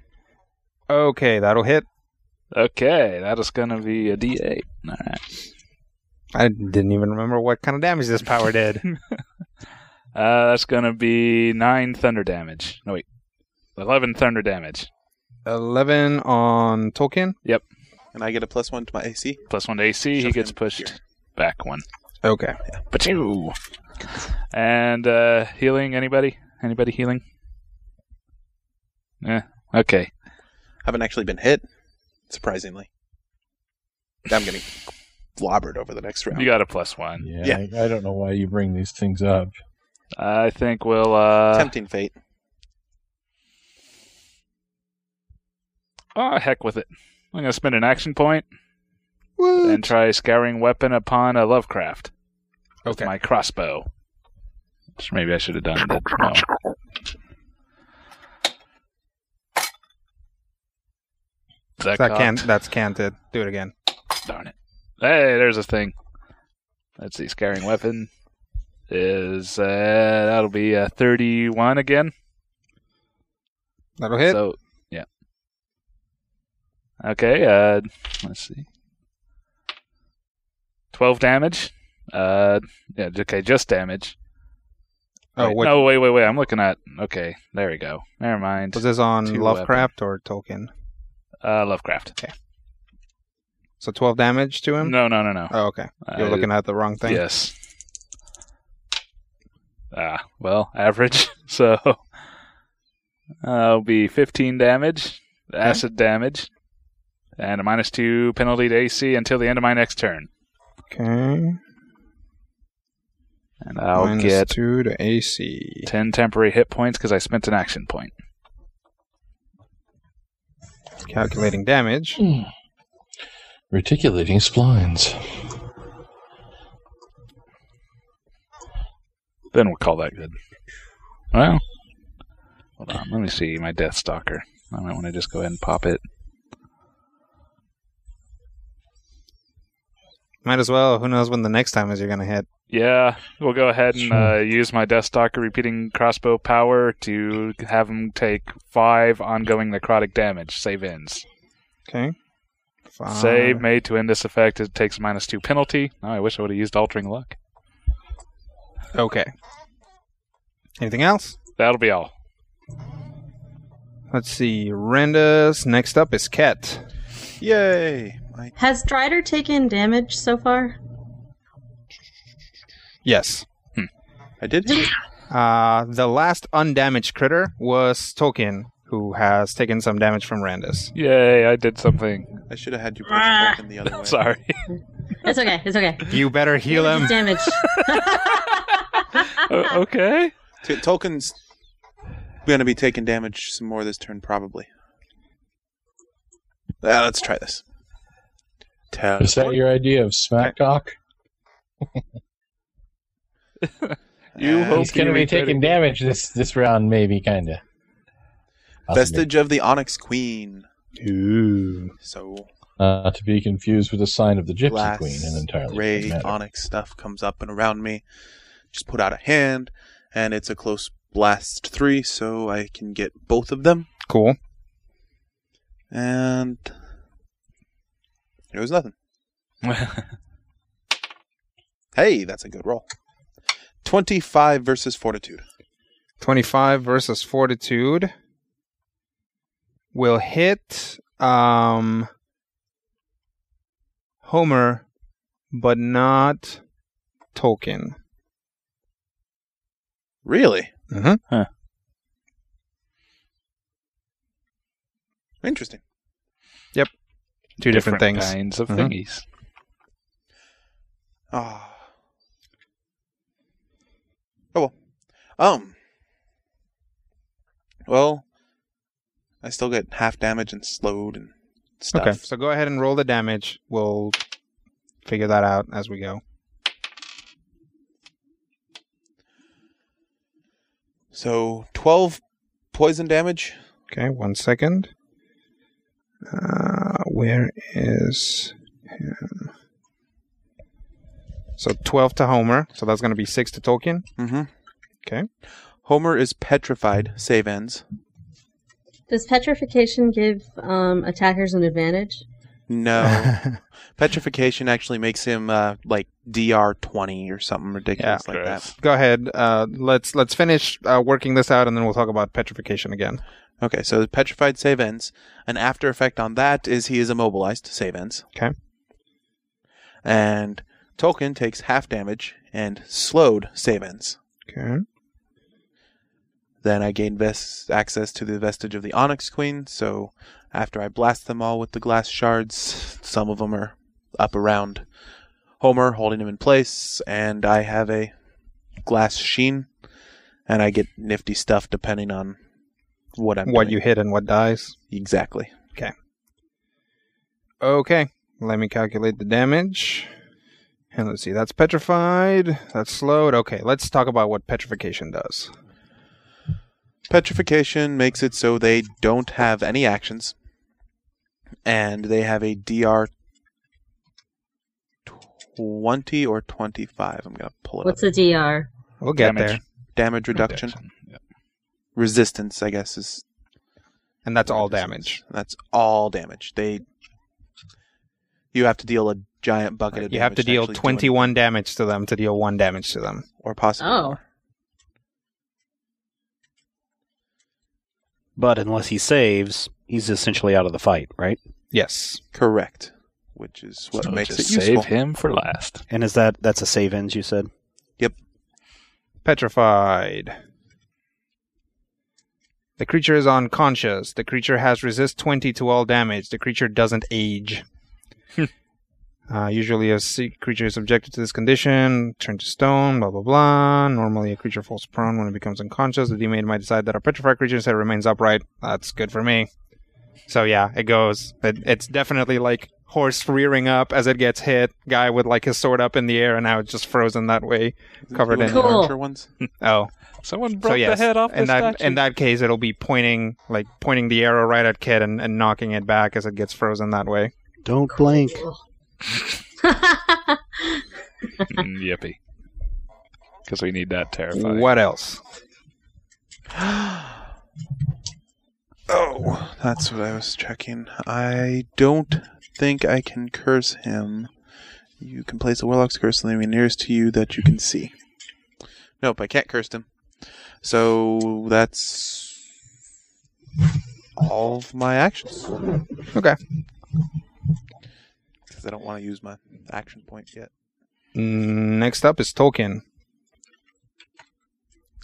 B: Okay, that'll hit.
E: Okay, that is going to be a D8. All right.
B: I didn't even remember what kind of damage this power did.
E: Uh, that's going to be 9 thunder damage. No, wait. 11 thunder damage.
B: 11 on Tolkien.
C: and I get a plus one to my AC.
E: Plus 1 to AC. he
C: Shove
E: gets
C: him
E: pushed
C: here.
E: back one.
B: Okay.
E: Pachoo! And uh, healing, anybody? Anybody healing? Yeah. Okay.
C: Haven't actually been hit, surprisingly. I'm getting flobbered over the next round.
E: You got a plus one.
D: Yeah, I, I don't know why you bring these things up.
E: I think we'll. Uh,
C: Tempting fate.
E: oh, heck with it. I'm going to spend an action point
B: Woo!
E: and try scouring weapon upon a Lovecraft.
B: Okay.
E: my crossbow. Which maybe I should have done, but no. That,
B: That
E: cocked?
B: can that's canted. Do it again.
E: Darn it. Hey, there's a thing. Let's see. Scaring weapon is uh, that'll be a 31 again.
B: That'll hit.
E: So yeah. Okay. Uh, let's see. 12 damage. Uh, yeah. Okay, just damage.
B: oh,
E: wait,
B: what
E: no, wait, wait, wait. I'm looking at. Okay, there we go. Never mind.
B: was this on
E: Two
B: Lovecraft or Tolkien?
E: Uh, Lovecraft.
B: So 12 damage to him?
E: No, no, no, no.
B: Oh, okay. You're
E: Uh,
B: looking at the wrong thing.
E: Yes. Ah, well, average. So uh, it'll be 15 damage, acid damage, and a minus two penalty to AC until the end of my next turn.
B: Okay.
E: And I'll
B: Minus
E: get
B: 2 to AC.
E: 10 temporary hit points because I spent an action point.
B: Calculating damage.
D: Hmm. Reticulating splines.
E: Then we'll call that good. Well, hold on. Let me see my Death Stalker. I might want to just go ahead and pop it.
B: Might as well. Who knows when the next time is you're going to hit.
E: Yeah, we'll go ahead and
D: Sure.
E: uh, use my Death Stalker repeating crossbow power to have him take five ongoing necrotic damage. Save ends.
B: Okay. Five.
E: Save made to end this effect. It takes minus two penalty. Oh, I wish I would have used altering luck.
B: Okay. Anything else?
E: That'll be all.
B: Let's see. Rendus. Next up is Ket.
C: Yay! I
F: Has Strider taken damage so far?
B: Yes.
C: I did hit.
B: Uh, the last undamaged critter was Tolkien, who has taken some damage from Randus.
E: Yay, I did something.
C: I should have had you push Tolkien the other way.
E: Sorry.
F: It's okay. It's okay.
B: You better heal him.
F: It's damage.
E: O- okay.
C: T- Tolkien's going to be taking damage some more this turn, probably. Ah, let's try this. Tell-
D: Is that your idea of smack talk?
E: You
C: And
E: hope
D: He's going to be taking damage this this round, maybe, kind of.
C: Vestige of the Onyx Queen.
A: Ooh.
C: So
D: Uh, to be confused with the sign of the Gypsy
C: glass
D: Queen, an entirely
C: gray
D: different matter.
C: onyx stuff comes up and around me. Just put out a hand, and it's a close blast three, so I can get both of them.
B: Cool.
C: And it was nothing. Hey, that's a good roll. Twenty-five versus Fortitude.
B: 25 versus Fortitude will hit um, Homer, but not Tolkien.
C: Really
B: Mm-hmm.
C: interesting.
B: Two different, things.
E: kinds of
B: Mhm.
E: thingies.
C: Ah. Oh well. Um. Well, I still get half damage and slowed and stuff.
B: Okay, so go ahead and roll the damage. We'll figure that out as we go.
C: So twelve poison damage.
B: Okay, one second. Uh, where is him? So 12 to Homer. So that's going to be 6 to Tolkien.
C: Mm-hmm.
B: Okay.
C: Homer is petrified. Save ends.
F: Does petrification give um, attackers an advantage?
C: No, petrification actually makes him uh, like dr twenty or something ridiculous like that.
E: Gross.
B: go ahead. Uh, let's let's finish uh, working this out, and then we'll talk about petrification again.
C: Okay, so petrified save ends. An after effect on that is he is immobilized. Save ends.
B: Okay.
C: And Tolkien takes half damage and slowed save ends.
B: Okay.
C: Then I gain ves- access to the vestige of the Onyx Queen, so after I blast them all with the glass shards, some of them are up around Homer, holding him in place, and I have a glass sheen, and I get nifty stuff depending on what I'm
B: What
C: doing.
B: you hit and what dies.
C: Exactly.
B: Okay. Let me calculate the damage. And let's see. That's petrified. That's slowed. Okay. Let's talk about what petrification does.
C: Petrification makes it so they don't have any actions, and they have a DR 20 or 25. I'm going to pull it
F: What's
C: up.
F: a DR?
B: We'll get
E: Damage
B: there.
C: Damage reduction.
E: Yeah.
C: Resistance, I guess, is.
B: And that's all
C: resistance.
B: damage.
C: That's all damage. They. You have to deal a giant bucket of damage.
B: You have to deal
C: actually do it,
B: 21 damage to them to deal 1 damage to them.
C: Or possibly.
F: Oh.
C: more.
A: But unless he saves, he's essentially out of the fight, right?
B: Yes.
C: Correct. Which is what
E: So
C: makes it
E: just
C: useful.
E: save him for last.
A: And is that that's a save ends you said?
B: Petrified. The creature is unconscious. The creature has resist 20 to all damage. The creature doesn't age. uh, usually, a se- creature is subjected to this condition, turned to stone, blah, blah, blah. Normally, a creature falls prone when it becomes unconscious. The demon might decide that a petrified creature instead remains upright. That's good for me. So, yeah, it goes. It, it's definitely like horse rearing up as it gets hit, guy with like his sword up in the air, and now it's just frozen that way, covered in.
C: One of the
F: Cool.
C: Archer ones.
B: Oh
E: Someone broke
B: yes,
E: the head off
B: in
E: the
B: that
E: statue.
B: in that case it'll be pointing like pointing the arrow right at kid and, and knocking it back as it gets frozen that way
A: Don't blink.
E: Mm, yippee. Because we need that terrifying.
B: what else
C: Oh, that's what I was checking. I don't think I can curse him. You can place a warlock's curse on the enemy nearest to you that you can see. Nope, I can't curse him. So that's all of my actions.
B: Okay.
C: Because I don't want to use my action point yet.
B: Mm, next up is tolkien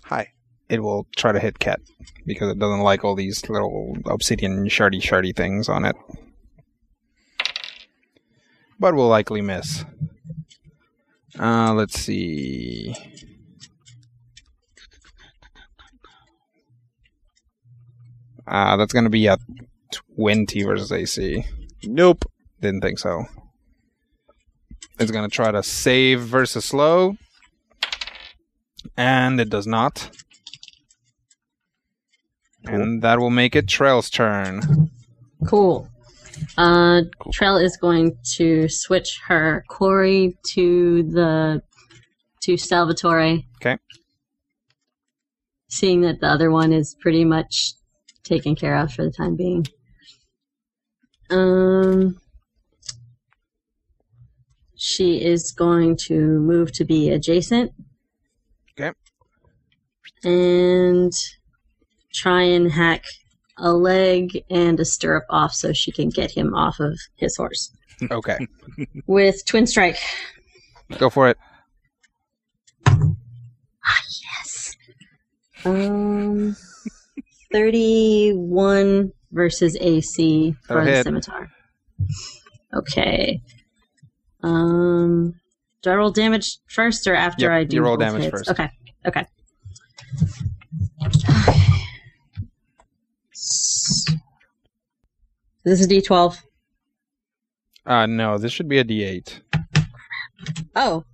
C: Hi.
B: it will try to hit Cat because it doesn't like all these little obsidian shardy shardy things on it. But will likely miss. Uh, let's see. Uh, that's going to be a 20 versus AC.
C: Nope.
B: Didn't think so. It's going to try to save versus slow. And it does not. And that will make it Trail's turn.
F: Cool. Uh,
E: Cool.
F: Trell is going to switch her quarry to the to Salvatore.
B: Okay.
F: Seeing that the other one is pretty much taken care of for the time being. Um, she is going to move to be adjacent.
B: Okay.
F: And try and hack a leg and a stirrup off so she can get him off of his horse
B: Okay.
F: with twin strike.
B: Go for it.
F: Yes. Um, thirty-one versus AC for
B: That'll
F: the
B: hit.
F: scimitar. Okay. Um, do I roll damage first or after
B: Yep,
F: I do?
B: you roll
F: both
B: damage
F: hits?
B: first.
F: Okay. Okay. This is D12.
B: Uh no, this should be a D eight.
F: Oh.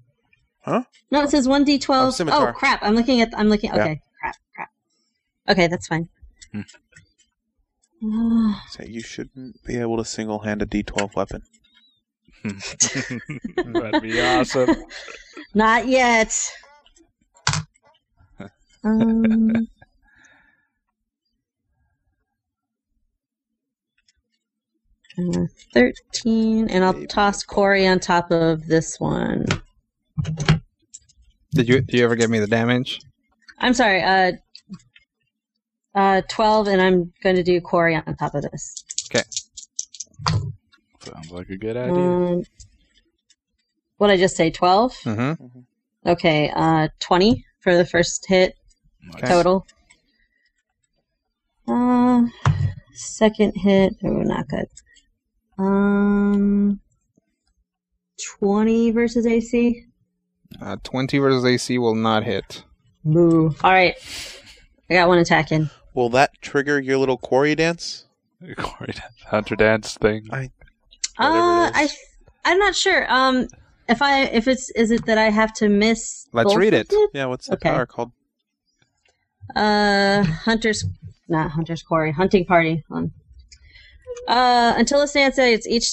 C: Huh?
F: No, it says one d
C: Oh,
F: twelve.
C: scimitar.
F: Oh crap! I'm looking at. I'm looking.
C: Yeah.
F: Okay, crap, crap. Okay, that's fine.
E: Hmm.
F: Uh,
C: So you shouldn't be able to single hand a D12 weapon.
E: That'd be awesome.
F: Not yet. um, uh, Thirteen, and I'll
C: Maybe.
F: toss Corey on top of this one.
B: Did you do you ever give me the damage?
F: I'm sorry. Uh, uh, twelve, and I'm going to do Corey on top of this.
E: Sounds like a good idea.
F: Um, what I just say, 12?
B: Mm-hmm.
F: Okay, uh, 20 for the first hit
E: Nice.
F: total. Uh, second hit, oh, not good. Um, 20 versus AC?
B: Uh, Twenty versus AC will not hit.
F: Moo. All right, I got one attack in.
C: Will that trigger your little quarry dance?
E: Corey dance- Hunter dance thing.
C: I-
F: Uh,
C: Whatever it
F: I,
C: is.
F: I'm not sure. Um, if I, if it's, is it that I have to miss?
B: Let's
F: both
B: read
F: of
B: it.
F: them?
C: Yeah, what's the
F: Okay.
C: power called?
F: Uh, hunters, not hunters quarry, hunting party. Hold on. Uh, until the stance ends, each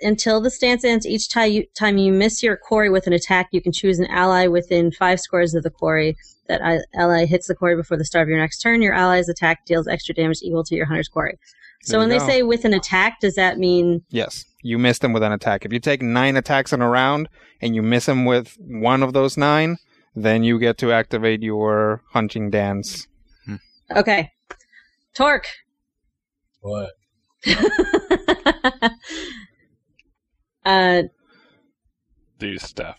F: until the stance ends, each time you, time you miss your quarry with an attack, you can choose an ally within five squares of the quarry. That i- ally hits the quarry before the start of your next turn. Your ally's attack deals extra damage equal to your hunter's quarry. So
B: There
F: when
B: you
F: they
B: go.
F: say with an attack, does that mean
B: Yes, you missed him with an attack. If you take nine attacks in a round and you miss him with one of those nine, then you get to activate your hunting dance.
F: okay? Torque.
D: What?
F: uh,
E: Do stuff.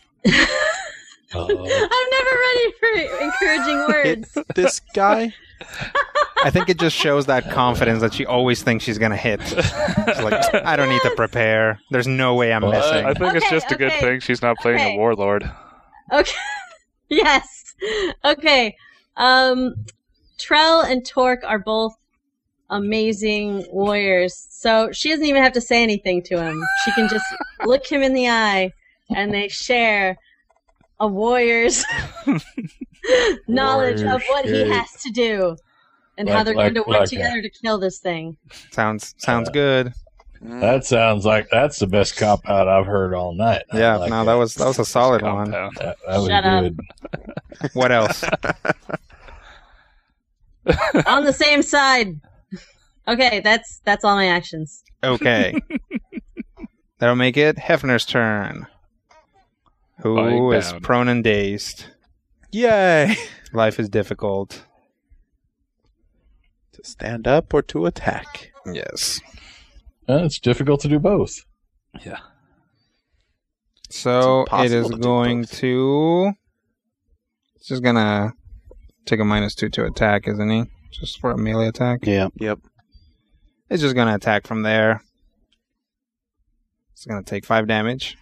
D: Oh.
F: I'm never ready for encouraging words.
C: This guy?
B: I think it just shows that confidence that she always thinks she's gonna hit. It's like I don't need to prepare. There's no way I'm
D: Well,
E: I
B: missing.
E: think it's
F: Okay,
E: just a good
F: okay.
E: thing she's not playing
F: Okay.
E: a warlord.
F: Okay. yes. Okay. Um, Trell and Torque are both amazing warriors, so she doesn't even have to say anything to him. She can just look him in the eye, and they share a warrior's knowledge of
D: Warrior
F: what he
D: shit.
F: has to do and how
D: Like-
F: they're
D: like-
F: going to work
D: like
F: together to kill this thing.
B: Sounds sounds good.
C: Mm,
D: That sounds like that's the best cop out I've heard all night. I
B: Yeah,
D: like
B: no, that was that was a solid one.
E: Compound.
D: That, that was
F: Shut up.
D: good.
B: What else?
F: On the same side. Okay, that's that's all my actions.
B: Okay. That'll make it Hefner's turn. Who
E: Lying
B: is
E: down.
B: prone and dazed.
C: Yay!
B: Life is difficult.
C: to stand up or to attack.
B: Yes.
D: Uh, it's difficult to do both.
E: Yeah.
B: So
C: It's
B: it
C: impossible
B: is
C: to do
B: going
C: both.
B: to. It's just gonna Take a minus two to attack, isn't he? Just for a melee attack.
A: Yeah.
C: Yep.
B: It's just gonna attack from there. It's gonna take five damage.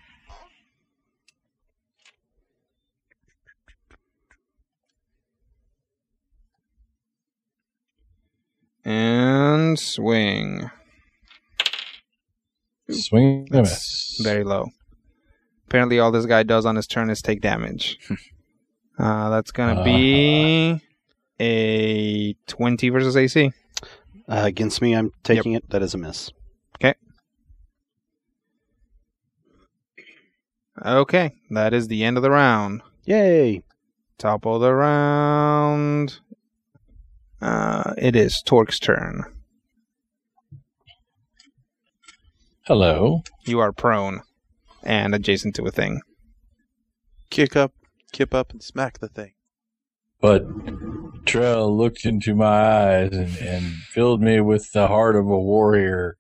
B: And swing.
D: Swing and a
B: That's
D: miss.
B: very low. Apparently, all this guy does on his turn is take damage. uh, that's gonna be a twenty versus AC.
A: Uh, against me, I'm taking it. That is a miss.
B: Okay, that is the end of the round.
A: Yay!
B: Top of the round. Uh, it is Torque's turn.
D: Hello.
B: You are prone and adjacent to a thing.
C: Kick up, kip up, and smack the thing.
D: But Trell looked into my eyes and, and filled me with the heart of a warrior.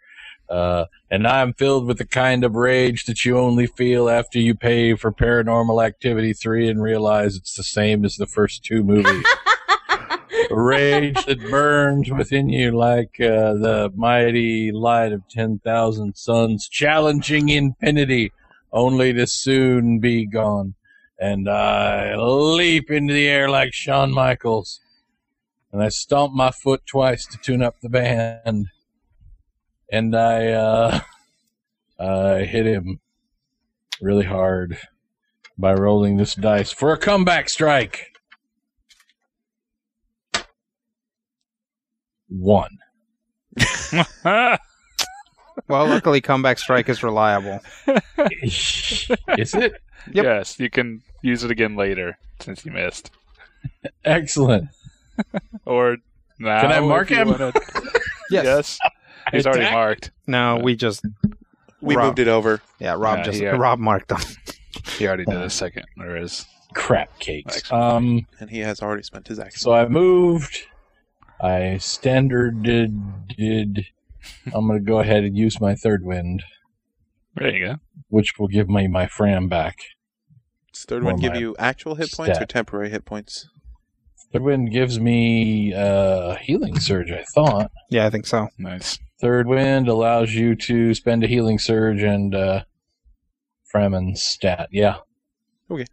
D: Uh, and I'm filled with the kind of rage that you only feel after you pay for Paranormal Activity 3 and realize it's the same as the first two movies. A rage that burns within you like uh, the mighty light of 10,000 suns, challenging infinity, only to soon be gone. And I leap into the air like Shawn Michaels. And I stomp my foot twice to tune up the band. And I uh, uh, hit him really hard by rolling this dice for a comeback strike. One.
B: Well, luckily, comeback strike is reliable.
D: Is it?
B: Yep.
E: Yes, you can use it again later since you missed.
D: Excellent.
E: Or now.
D: Can I mark
E: if you
D: him?
E: wanna-
B: Yes.
E: yes. He's already
D: Attack?
E: marked.
B: No, we just
C: We
B: Rob.
C: moved it over.
B: yeah. Rob
E: Yeah,
B: just
E: yeah.
B: Rob marked them.
E: He already did a second, or is
D: Crap cakes.
E: Excellent.
D: Um.
C: and he has already spent his action.
D: So I moved. I standarded. did- I'm going to go ahead and use my third wind,
E: there you go.
D: which will give me my Fram back.
C: Does third
D: Well,
C: one give
D: my
C: you actual hit points or
D: stat.
C: temporary hit points?
D: Third wind gives me uh, healing surge, I thought.
B: Yeah, I think so.
E: Nice.
D: Third wind allows you to spend a healing surge and uh, Fram and stat. Yeah.
C: Okay.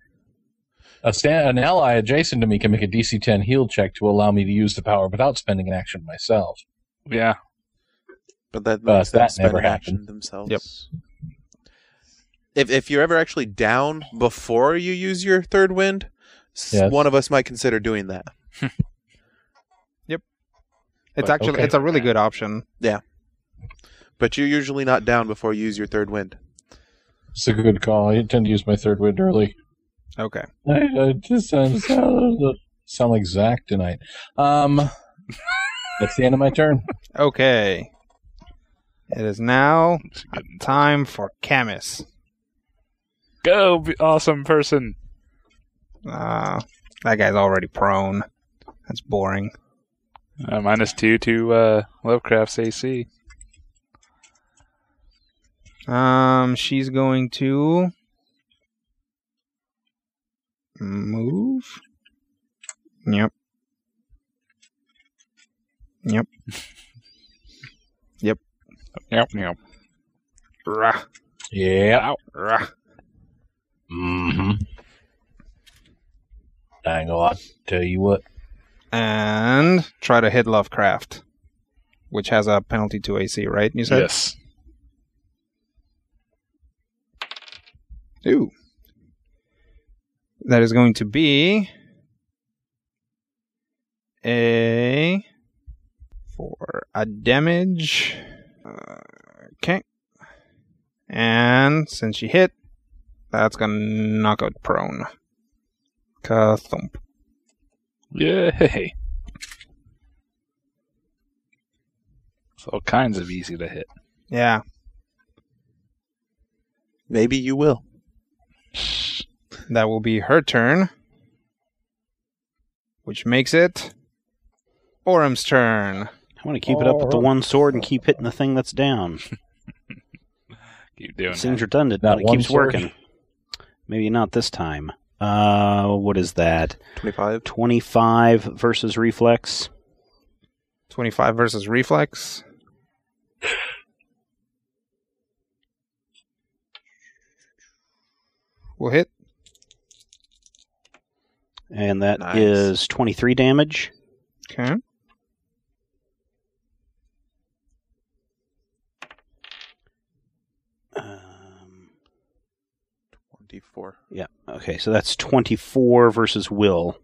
D: A sta an ally adjacent to me can make a DC 10 heal check to allow me to use the power without spending an action myself.
E: Yeah.
C: But that
D: Uh,
C: makes them
D: that
C: spend
D: never
C: an action
D: happened.
C: themselves. If if you're ever actually down before you use your third wind, s-
D: Yes.
C: one of us might consider doing that.
B: It's
E: But-
B: actually
E: okay.
B: it's a really good option.
C: But you're usually not down before you use your third wind.
D: It's a good call. I tend to use my third wind early.
B: Okay.
D: I, I just sound, sound, sound like Zach tonight. Um, that's the end of my turn.
B: Okay. It is now
E: It's a good one.
B: time for Camus.
E: Go, be- awesome person.
B: Uh, that guy's already prone. That's boring.
E: Uh, minus two to uh, Lovecraft's AC.
B: Um, she's going to move. Yep. Yep.
E: Yep, yep.
B: Rah,
D: Yeah.
B: rah.
D: Mm-hmm. Dang, I tell you what.
B: And try to hit Lovecraft, which has a penalty to AC, right? You said.
E: Yes.
B: Ooh. That is going to be a for a damage. Uh, okay. And since she hit, that's gonna knock out prone. Ka thump.
E: Yay. It's all kinds of easy to hit.
B: Yeah.
C: Maybe you will.
B: That will be her turn. Which makes it Orem's turn.
A: I want to keep it up with the one sword and keep hitting the thing that's down.
E: Keep doing
A: Seems
E: that.
A: redundant,
D: That
A: but it
D: one
A: keeps
D: sword?
A: working. Maybe not this time. Uh, what is that?
C: 25.
A: 25 versus reflex.
B: 25 versus reflex. Will hit.
A: And that is
C: Nice.
A: 23 damage.
B: Okay.
A: Um,
C: 24.
A: yeah. Okay, so that's 24 versus will.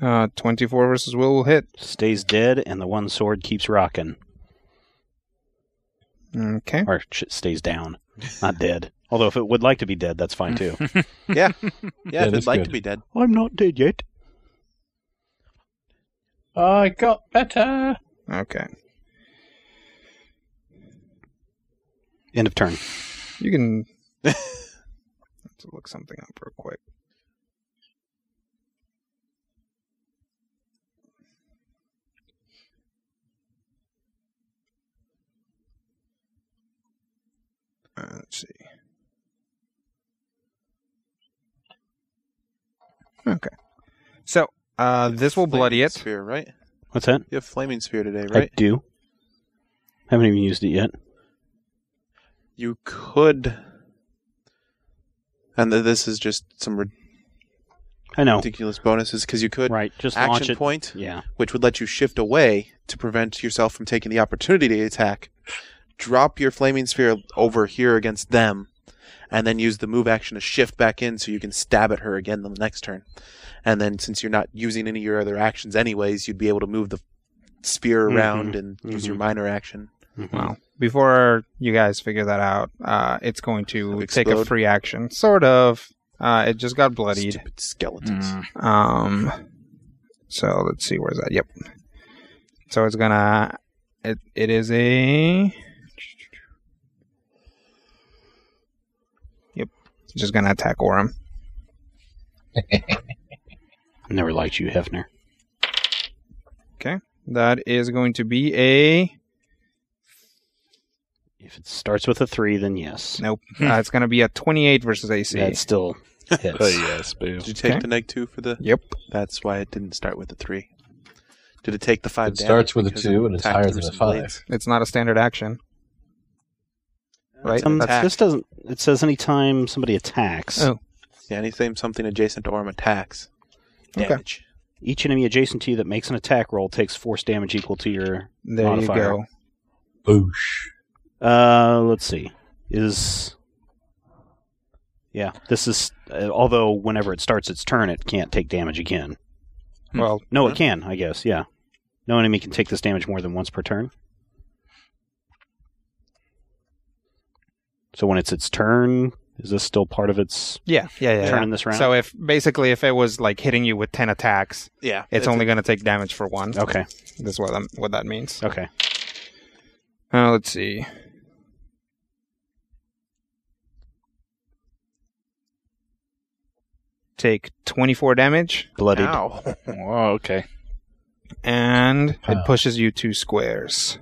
B: Uh, 24 versus will will hit.
A: Stays dead, and the one sword keeps rocking.
B: Okay.
A: Or sh- stays down. Not dead. Although, if it would like to be dead, that's fine too.
C: Yeah, if
D: that's
C: it'd like
D: good.
C: to be dead.
A: I'm not dead yet.
D: I got better.
B: Okay.
A: End of turn.
B: You can. Let's look something up real quick. Uh, let's see. Okay. So, uh, this will
C: Flaming
B: bloody it.
C: Spear, right?
A: What's that?
C: You have flaming spear today,
A: I
C: right?
A: do. Haven't even used it yet.
C: You could. And th- this is just some
A: I know.
C: ridiculous bonuses because you could
A: Right. Just launch
C: action
A: it.
C: point,
A: Yeah.
C: which would let you shift away to prevent yourself from taking the opportunity to attack. Drop your flaming spear over here against them, and then use the move action to shift back in so you can stab at her again the next turn. And then, since you're not using any of your other actions anyways, you'd be able to move the spear
A: Mhm,
B: Mm-hmm.
C: around and use your
A: mhm.
C: minor action.
A: Mm-hmm.
B: Well, before you guys figure that out, uh, it's going to take a
C: Explode.
B: free action. Sort of. Uh, it just got bloodied.
C: Stupid skeletons.
E: Mm.
B: Um, so let's see, where's that? Yep. So it's gonna. It it is a. Yep. It's just gonna attack Orim.
A: I never liked you, Hefner.
B: That is going to be a.
A: If it starts with a three, then yes.
B: Nope. Uh, it's gonna be a twenty-eight versus AC.
A: That still hits.
E: Oh, yes, boo.
C: Did you take
B: Okay.
C: the neg two for the?
B: Yep.
C: That's why it didn't start with the three. Did it take the five?
D: It
C: damage
D: starts with a
C: because
D: two
C: it
D: and it's
C: attacked
D: higher
C: through
D: than a
C: some
D: five.
C: blades?
B: It's not a standard action. Right.
A: Um,
C: Attack.
A: this doesn't. It says anytime somebody attacks,
B: Oh.
C: Yeah, anything something adjacent to arm attacks.
B: Okay.
C: Damage.
A: each enemy adjacent to you that makes an attack roll takes force damage equal to your.
B: There
A: Modifier.
B: you go.
D: Boosh.
A: Uh, let's see. Is yeah. This is uh, although whenever it starts its turn, it can't take damage again.
E: Hmm.
B: Well,
A: No,
C: Huh?
A: it can. I guess. Yeah. No enemy can take this damage more than once per turn. So when it's its turn, is this still part of its
B: yeah, yeah, yeah.
A: turn
B: yeah.
A: in this round?
B: So if basically if it was like hitting you with ten attacks,
C: Yeah.
B: it's, only going to take damage for one.
A: okay.
B: That's what that, what that means.
A: Okay.
B: Uh, let's see. Take 24 damage,
A: Bloodied.
C: Ow.
E: Oh, okay.
B: and
D: Wow.
B: it pushes you two squares.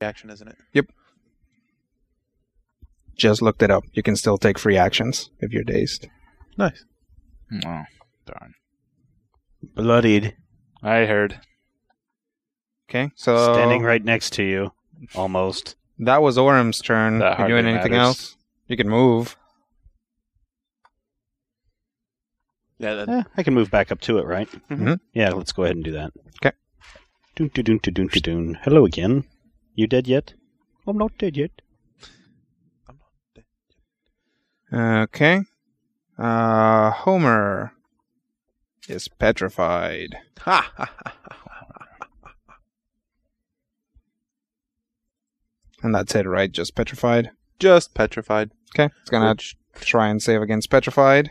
C: Action, isn't it?
B: Just looked it up. You can still take free actions if you're dazed.
C: Nice.
E: Oh, darn.
A: Bloodied.
E: I heard.
B: Okay, so
A: standing right next to you, almost.
B: that was Orim's turn.
E: That
B: you doing
E: hardly
B: anything
E: matters.
B: else? You can move.
C: Yeah. That,
A: Eh, I can move back up to it, right?
C: Mm-hmm.
E: Mm-hmm.
B: Mhm.
A: Yeah, let's go ahead and do that.
B: 'Kay.
A: Doon doon doon doon doon doon. Hello again. You dead yet? I'm not dead yet.
B: Okay. Uh, Homer is petrified.
C: Ha, ha, ha, ha.
B: And that's it, right? Just petrified.
C: Just petrified.
B: Okay. It's gonna
C: Which-
B: try and save against petrified.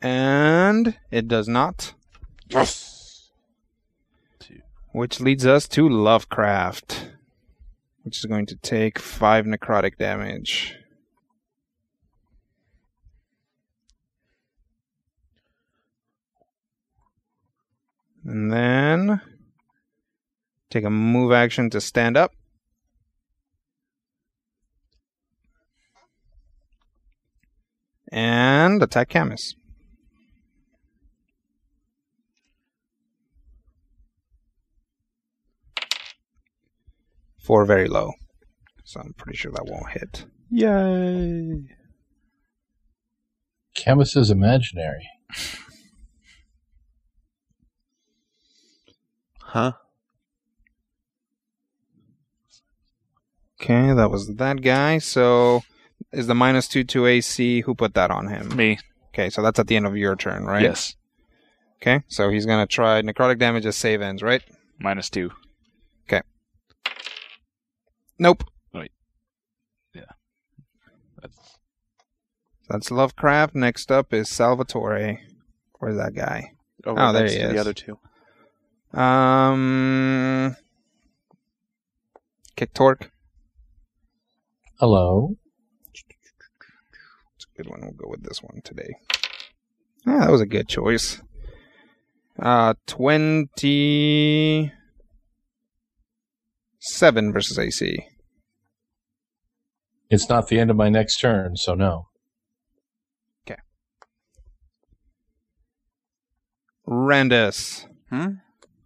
B: And it does not.
C: Yes.
B: Which leads us to Lovecraft. Which is going to take five necrotic damage. And then take a move action to stand up. and attack Camus. Four very low, so I'm pretty sure that won't hit.
C: Yay!
D: Camus is imaginary.
C: Huh?
B: Okay, that was that guy. So is the minus two to AC? Who put that on him?
E: Me.
B: Okay, so that's at the end of your turn, right?
E: Yes.
B: Okay, so he's gonna try necrotic damage as save ends, right?
E: Minus two.
B: Nope.
E: Right. Yeah. That's-
B: That's Lovecraft. Next up is Salvatore. Where's that guy?
C: Over
B: Oh, there
C: next
B: he
C: to
B: is.
C: The other two.
B: Um, kick torque.
D: Hello.
B: It's a good one. We'll go with this one today. Ah, that was a good choice. Uh, twenty-seven versus AC.
D: It's not the end of my next turn, so no.
B: Randus.
C: Hmm?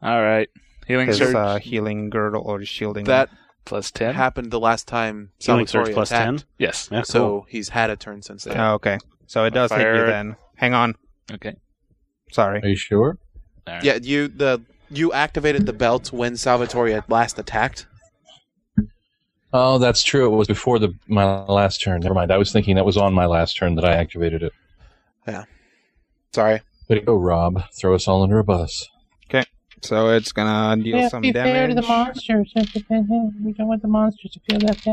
E: All right. Healing
B: His
E: surge
B: uh, healing girdle or shielding.
C: That
E: plus ten.
C: happened the last time.
A: Healing surge
C: Salvatore
A: plus
C: attacked,
A: 10.
E: yes.
A: Yeah,
C: So
A: Ah, cool.
C: he's had a turn since then.
B: Oh, okay. So it does hit you
E: Fire.
B: then. Hang on.
E: Okay.
B: Sorry.
D: Are you sure?
E: All right.
C: Yeah, you the you activated the belt when Salvatore had last attacked.
D: Oh, that's true. It was before the my last turn. Never mind. I was thinking that was on my last turn that I activated it.
C: Sorry.
D: Way to go, Rob. Throw us all under a bus.
B: So it's gonna deal some damage.
G: monsters. We don't want the monsters to feel left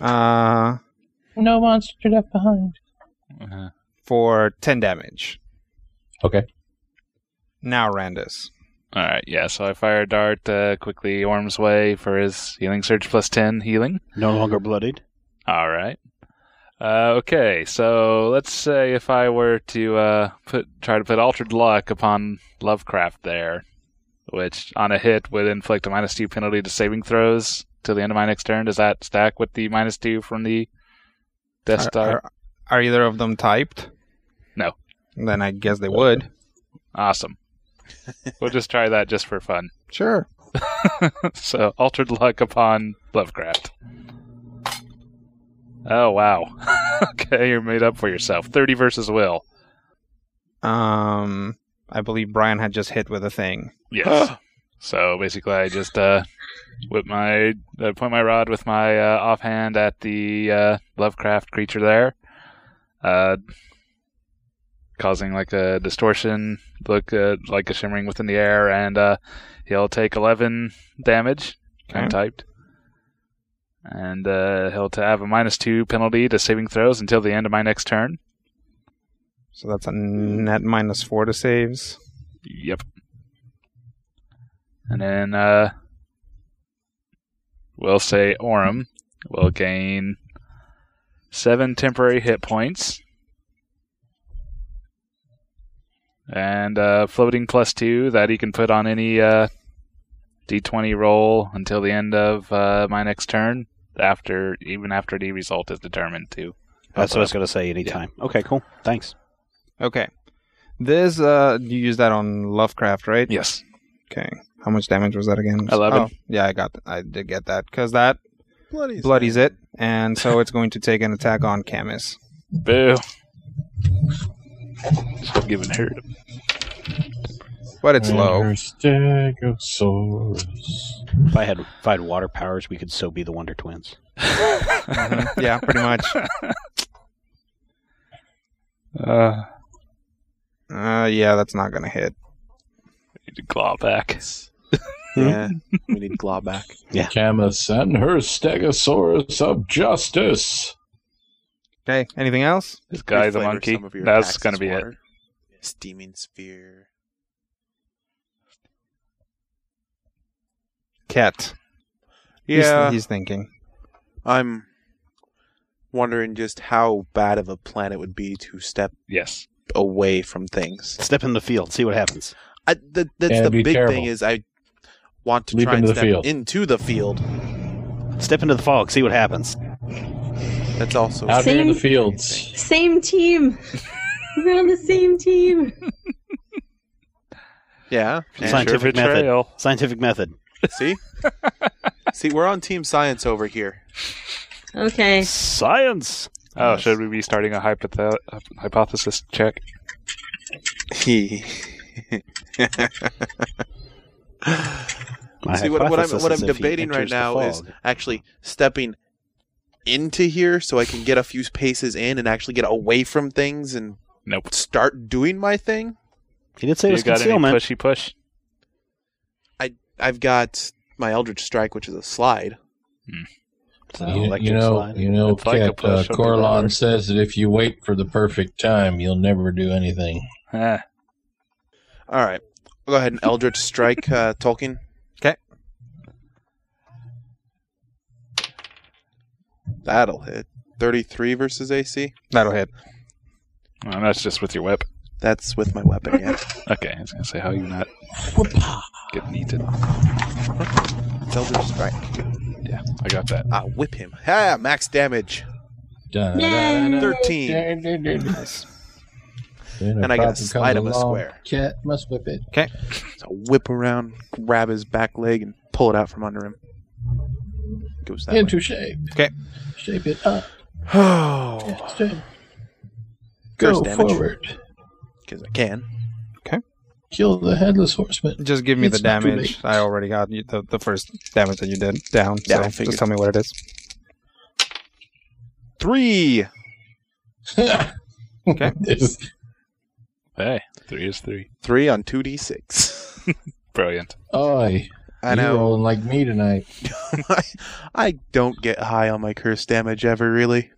G: out.
B: uh,
G: No monster left behind.
E: Uh-huh.
B: for ten damage.
D: Okay.
B: Now Randus.
E: All right. Yeah. So I fire a dart uh, quickly Orm's way for his healing surge plus ten healing.
A: No longer bloodied.
E: All right. Uh, okay. So let's say if I were to uh, put try to put altered luck upon Lovecraft there, which on a hit would inflict a minus two penalty to saving throws till the end of my next turn. Does that stack with the minus two from the Death
B: Are,
E: Star?
B: are, are either of them typed?
E: No.
B: Then I guess they would.
E: Awesome. we'll just try that just for fun.
B: Sure.
E: so altered luck upon Lovecraft. Oh wow. okay, you're made up for yourself. Thirty versus will.
B: Um, I believe Brian had just hit with a thing.
E: Yes. so basically, I just uh, whip my I point my rod with my uh, offhand at the uh, Lovecraft creature there, uh, causing like a distortion, look uh, like a shimmering within the air, and uh, he'll take eleven damage,
B: Okay.
E: untyped. And uh, he'll to have a minus two penalty to saving throws until the end of my next turn.
B: So that's a net minus four to saves.
E: Yep. And then uh we'll say Orim will gain seven temporary hit points. And uh floating plus two that he can put on any uh D twenty roll until the end of uh my next turn after even after the result is determined to.
A: That's what I was going to say anytime. Okay, cool. Thanks.
B: Okay. This uh, you use that on Lovecraft, right?
E: Yes.
B: Okay. How much damage was that again?
E: 11.
B: Oh, yeah, I got. I did get that because that
C: Bloody.
B: bloodies it, and so it's going to take an attack on Camus.
E: Boo. Still giving her
B: But it's
D: Mm-hmm.
B: low.
D: Stegosaurus.
A: If I had if I had water powers, we could so be the Wonder Twins. Mm-hmm.
B: Mhm. Yeah, pretty much.
E: Uh
B: Uh, yeah, that's not gonna hit.
E: need to claw back.
C: Yeah, we need Glob back.
D: Camus sent her Stegosaurus of Justice.
B: Okay. Anything else?
E: This guy's a
C: Reflavor
E: monkey.
C: some of your
E: That's
C: attacks
E: gonna
C: as
E: be it.
C: water. Steaming sphere.
B: Cat. He's-
C: Yeah,
B: He's, thinking.
C: I'm wondering just how bad of a plan it would be to step
E: Yes.
C: away from things.
A: Step in the field, see what happens.
C: I, that, that's the
D: Yeah, it'd be
C: big
D: terrible.
C: thing is I want to
D: Leap
C: try and
D: into the
C: step
D: field.
C: into the field.
A: Step into the fog, see what happens.
C: That's also
D: Out here in the
F: Same-
D: fields.
F: Same team. We're on the same team.
C: yeah.
E: Future
A: Scientific method.
E: betrayal.
A: Scientific method.
C: See, see, we're on team science over here.
F: Okay.
A: Science.
E: Oh, should we be starting a hypothe- hypothesis check?
C: see
A: My
C: what, what I'm
A: hypothesis
C: what
A: is
C: I'm
A: if he
C: debating right
A: enters the
C: now is
A: fog-
C: actually stepping into here so I can get a few paces in and actually get away from things and
E: Nope.
C: start doing my thing.
A: he did say it
E: you
A: was
E: got any
A: concealment.
E: pushy push?
C: I've got my Eldritch Strike, which is a slide.
A: It's an
D: You, you
A: electric
D: know,
A: slide.
D: you know,
E: It's like a
D: Kit, uh,
E: push-up bar.
D: Corlon says that if you wait for the perfect time, you'll never do anything.
E: Eh,
C: All right, I'll go ahead and Eldritch Strike uh, Tolkien.
B: 'Kay.
C: That'll hit. 33 versus AC.
B: That'll hit.
E: well, that's just with your whip.
C: That's with my weapon, yeah.
E: Okay, I was gonna say how you not get needed.
C: It's Eldritch Strike.
E: Yeah, I got that.
C: Ah, whip him. Ah, max damage.
D: Dun-
F: Yay!
D: dun- dun-
C: 13.
D: dun- dun- dun- dun. Then
C: And I gotta
D: problem
C: slide
D: comes
C: him a
D: along.
C: square.
D: Kit must whip it.
C: So whip around, grab his back leg, and pull it out from under him. Goes that way.
D: Into shape.
B: Okay.
D: Shape it up.
C: Oh,
D: Shape. Go
C: First damage.
D: forward.
C: because I can.
D: Kill the headless horseman.
B: Just give me
D: It's
B: the
D: not too
B: damage.
D: late.
B: I already got you- the, the first damage that you did down.
C: Yeah, I
B: so
C: figured.
B: just tell me what it is.
C: Three.
B: Okay.
D: It's-
E: Hey, three is three.
C: Three on 2d6.
E: Brilliant.
D: Oi,
C: I
D: you
C: know.
D: rolling like me tonight.
C: I, I don't get high on my curse damage ever, really.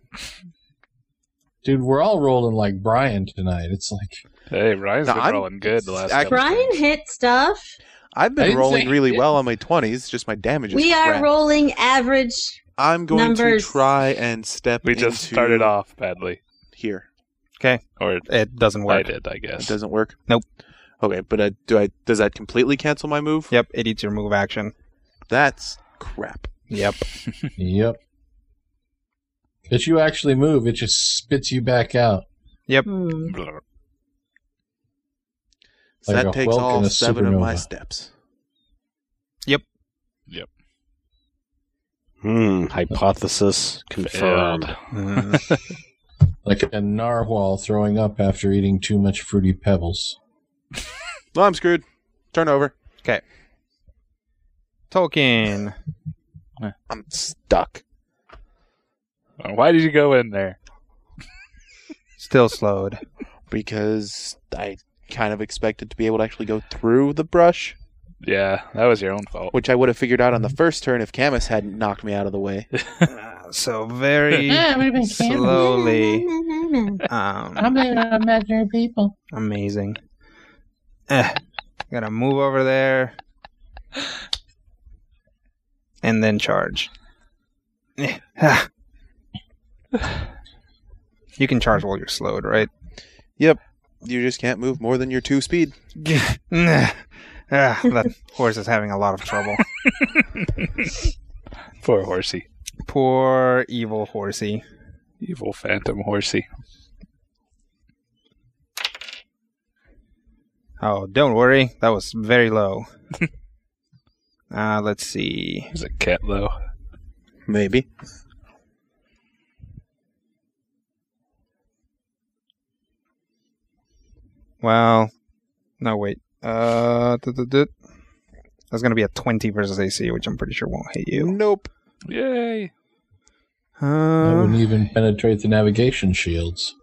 D: Dude, we're all rolling like Brian tonight. It's like
E: Hey, Ryan's
C: No,
E: been
C: I'm-
E: rolling good the last.
C: I-
E: couple
F: Brian
E: times.
F: hit stuff.
C: I've
D: I
C: been
D: didn't
C: rolling
D: say-
C: really well on my 20s, just my damage is
F: we
C: crap.
F: are rolling average.
C: I'm going
F: numbers.
C: to try and step
E: We just
C: into
E: started off badly,
C: here.
E: or
B: It doesn't
E: I
B: work.
E: did, I
C: It
E: guess.
C: doesn't work?
B: Nope.
C: Okay, but uh, do I does that completely cancel my move?
B: Yep, it eats your move action.
C: That's crap.
B: Yep.
D: Yep. If you actually move, it just spits you back out.
F: Hmm.
E: Blah.
C: So
D: Like
C: that
D: a
C: takes
D: whelk
C: all
D: in a
C: seven of my
D: supernova.
C: steps.
A: Hmm, hypothesis confirmed.
E: Failed.
B: Mm.
D: Like a narwhal throwing up after eating too much fruity pebbles.
C: Well, I'm screwed. Turn over.
B: Tolkien.
C: I'm stuck. um,
E: Why did you go in there?
B: Still slowed.
C: Because I kind of expected to be able to actually go through the brush,
E: Yeah, that was your own fault.
C: which I would have figured out
D: Mm-hmm.
C: on the first turn if Camus hadn't knocked me out of the way.
B: Uh, so very
G: Yeah, we've been camping.
B: slowly.
F: Na, na, na, na, na.
B: Um,
G: Ah, I'm in imaginary people.
B: amazing. Eh, gotta move over there. And then charge. Eh, ah. You can charge while you're slowed, right?
C: You just can't move more than your two speed.
B: Ah, that horse is having a lot of trouble.
E: Poor horsey.
B: Poor evil horsey.
E: Evil phantom horsey.
B: Oh, don't worry. That was very low. uh, let's see.
E: There's a cat though.
C: Maybe.
B: Well, no, wait. Uh, duh, duh, duh. that's gonna be a twenty versus AC, which I'm pretty sure won't hit you.
C: Nope.
E: Yay.
D: I
B: Uh,
D: wouldn't even penetrate the navigation shields.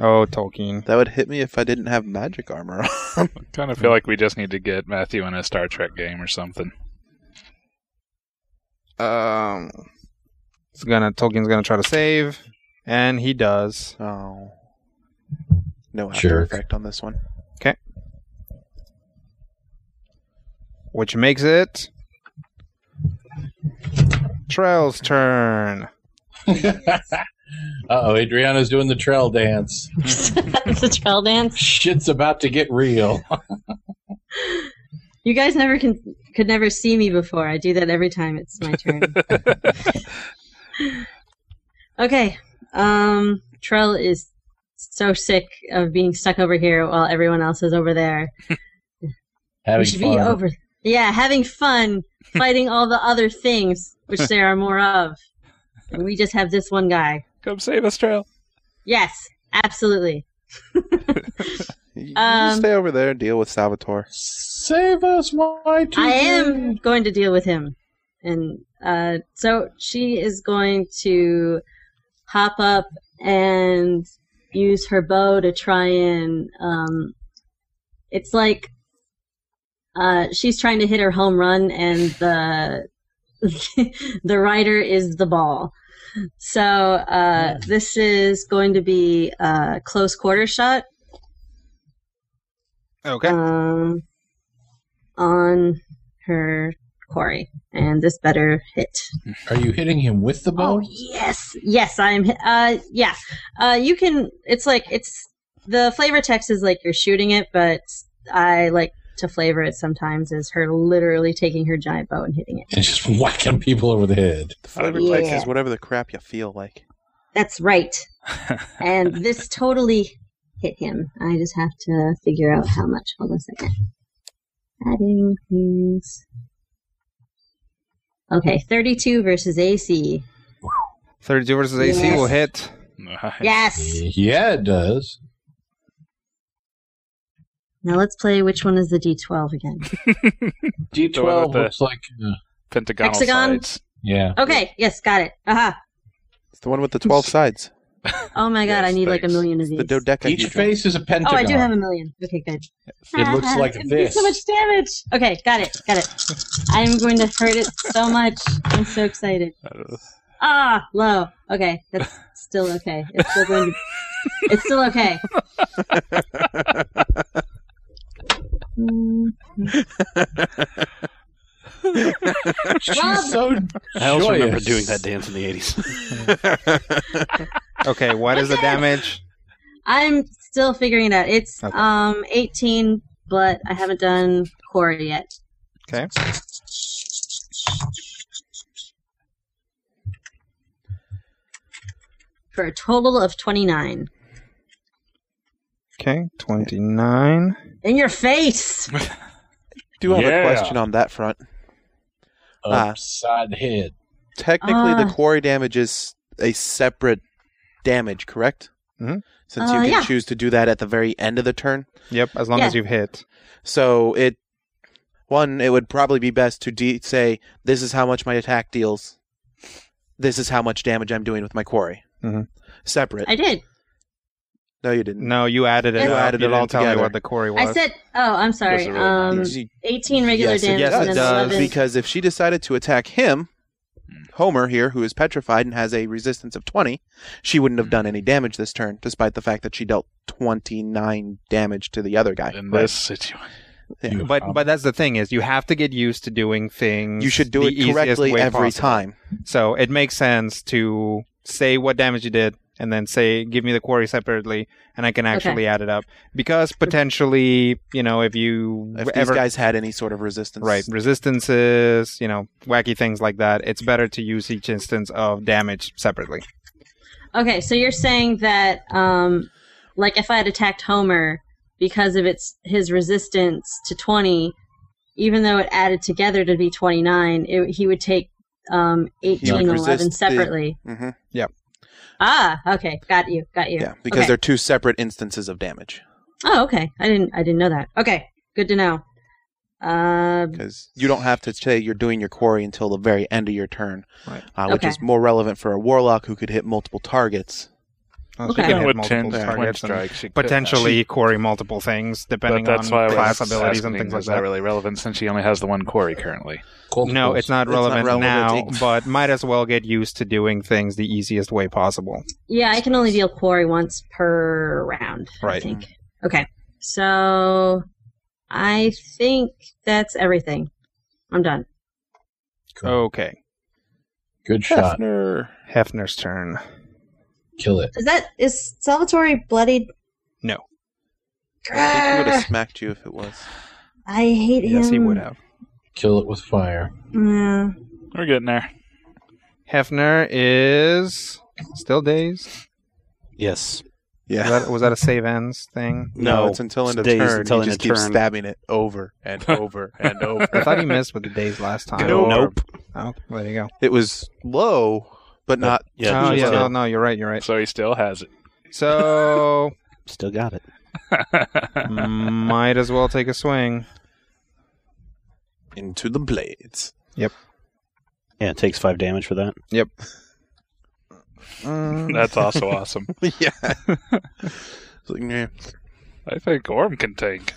B: oh, Tolkien.
C: That would hit me if I didn't have magic armor on.
E: Kind of feel
B: Hmm.
E: like we just need to get Matthew in a Star Trek game or something.
B: Um, it's gonna Tolkien's gonna try to save, and he does.
C: Oh. No after
D: Jerk.
C: effect on this one.
B: which makes it Trail's turn.
D: uh oh, Adriana's doing the trail dance.
F: the trail dance.
D: Shit's about to get real.
F: You guys never can could never see me before. I do that every time it's my turn. Okay. Um, Trell is so sick of being stuck over here while everyone else is over there.
D: Having
F: we should
D: fun.
F: be over. Yeah, having fun, fighting all the other things, which there are more of. And we just have this one guy.
E: Come save us, Trail.
F: Yes, absolutely.
C: You you
F: Um,
C: just stay over there and deal with Salvatore.
D: Save us, my two.
F: I am going to deal with him. And uh, so she is going to hop up and use her bow to try and. Um, it's like uh, she's trying to hit her home run, and the the rider is the ball. So uh, this is going to be a close quarter shot.
B: Okay.
F: Um, on her quarry, and this better hit.
D: Are you hitting him with the bow?
F: Oh yes, yes, I'm. hi- Uh, yeah, uh, you can. It's like it's the flavor text is like you're shooting it, but I like to flavor it sometimes as her literally taking her giant bow and hitting it.
D: And just whacking people over the head.
C: The flavor
F: yeah.
C: text is whatever the crap you feel like.
F: That's right. and this totally hit him. I just have to figure out how much. Hold on a second. Adding things. Okay, 32 versus AC.
B: 32 versus AC
F: Yes.
B: will hit.
E: Nice.
F: Yes.
D: Yeah, it does.
F: Now let's play which one is the D12 again.
E: The one with
D: D12
E: the
D: looks like. Uh,
E: Pentagonal
F: Hexagon?
E: sides.
D: yeah.
F: Okay, yes, got it. Aha.
C: It's the one with the twelve sides.
F: Oh my god,
E: Yes,
F: I need like a
E: thanks.
F: million of these.
C: The
D: Each
C: dodecahedron.
D: face is a
F: oh,
D: pentagon.
F: I do have a million. Okay, good.
D: It looks like
F: It's gonna be
D: this.
F: So much damage. Okay, got it, got it. I'm going to hurt it so much. I'm so excited.
E: Uh,
F: Ah, low. Okay, that's still okay. It's still going to. It's still okay. Mm.
D: She's so
A: I also remember
D: joyous.
A: doing that dance in the 80s.
B: Okay, what is the
F: Okay.
B: damage?
F: I'm still figuring it out. It's
B: Okay.
F: um 18, but I haven't done core yet.
B: Okay.
F: For a total of 29.
B: Okay, 29.
F: In your face.
C: Do have
E: Yeah.
C: a question on that front. Ah.
D: upside the head.
C: Technically,
F: Ah.
C: the quarry damage is a separate damage, correct?
B: Mhm.
C: Since
F: Uh,
C: you can
F: yeah.
C: choose to do that at the very end of the turn,
B: Yep, as long
F: Yeah.
B: as you've hit.
C: so it one it would probably be best to de- say this is how much my attack deals, this is how much damage I'm doing with my quarry.
B: Mhm.
C: Separate?
F: I did.
C: no, you didn't.
B: No, you added it.
F: You
B: up.
C: added
B: you
C: it
B: didn't
C: all
B: tell me
C: together.
B: what the quarry was.
F: I said. Oh, I'm sorry.
E: Doesn't really
F: Um,
E: matter.
C: You-
F: 18 regular
C: yes,
F: damage
C: It, yes,
F: and
C: it
F: then
C: does
F: 11.
C: because if she decided to attack him, Homer here, who is petrified and has a resistance of twenty, she wouldn't have done any damage this turn, despite the fact that she dealt twenty nine damage to the other guy.
E: in
C: Right.
E: this situation.
C: Yeah.
D: You-
B: but
D: um,
B: but that's the thing is you have to get used to doing things.
C: You should do
B: the
C: it
B: easiest
C: correctly
B: way
C: every
B: possible.
C: time.
B: So it makes sense to say what damage you did and then say give me the quarry separately and I can actually add it up because potentially, you know, if you
C: If
B: ever
C: these guys had any sort of resistance,
B: right resistances, you know, wacky things like that, it's better to use each instance of damage separately.
F: Okay, so you're saying that, um, like, if I had attacked Homer because of its his resistance to 20, even though it added together to be 29, it, he would take um, 18 and
C: resist
F: 11
C: the-
F: separately.
C: hmm
F: Ah, okay, got you, got you.
C: Yeah, because
F: Okay.
C: they're two separate instances of damage.
F: Oh, okay. I didn't I didn't know that. Okay, good to know. Uh,
C: Because you don't have to say you're doing your quarry until the very end of your turn,
B: Right.
C: uh, which
F: Okay.
C: is more relevant for a warlock who could hit multiple targets.
B: Oh, so
F: Okay.
B: you can
E: Even
B: hit
E: with
B: multiple
E: 10 twin
B: targets and
E: strikes, she could-
B: potentially quarry multiple things
E: But
B: depending
E: that's why
B: on
E: I
B: class
E: was
B: abilities and
E: asking,
B: things
E: is
B: like
E: that
B: that.
E: really relevant since she only has the one quarry currently?
D: Cool.
B: No, it's not
C: It's not
B: relevant,
C: relevant
B: now,
C: to-
B: but might as well get used to doing things the easiest way possible.
F: yeah, I can only deal quarry once per round. I
B: Right.
F: think. Okay, so I think that's everything. I'm done.
B: Okay.
D: Good shot.
C: Hefner.
B: Hefner's turn.
D: Kill it.
F: Is that is Salvatore bloodied?
B: No.
C: I think he would have
F: Grr,
C: smacked you if it was.
F: I hate him.
B: Yes, he would have.
D: Kill it with fire.
F: Yeah.
E: We're getting there.
B: Hefner is still dazed.
A: Yes.
B: Was
C: Yeah.
B: that, was that a save ends thing?
A: No,
C: it's until end
A: it's
C: of
A: days until
C: turn. Until
A: end
C: you
A: of
C: just keep
A: turn.
C: stabbing it over and over and
B: I
C: over.
B: thought he missed with the days last time.
C: Go.
A: Nope.
B: Oh, there you go.
C: it was low, but not.
A: Yeah,
B: oh,
A: just
B: yeah.
A: did.
B: No, no, you're right. You're right.
E: So he still has it.
B: So
A: Still got it.
B: Mm. might as well take a swing.
C: Into the blades.
A: Yeah, it takes five damage for that.
B: Mm,
E: That's also awesome.
C: yeah. It's like, meh.
E: I think Orm can take.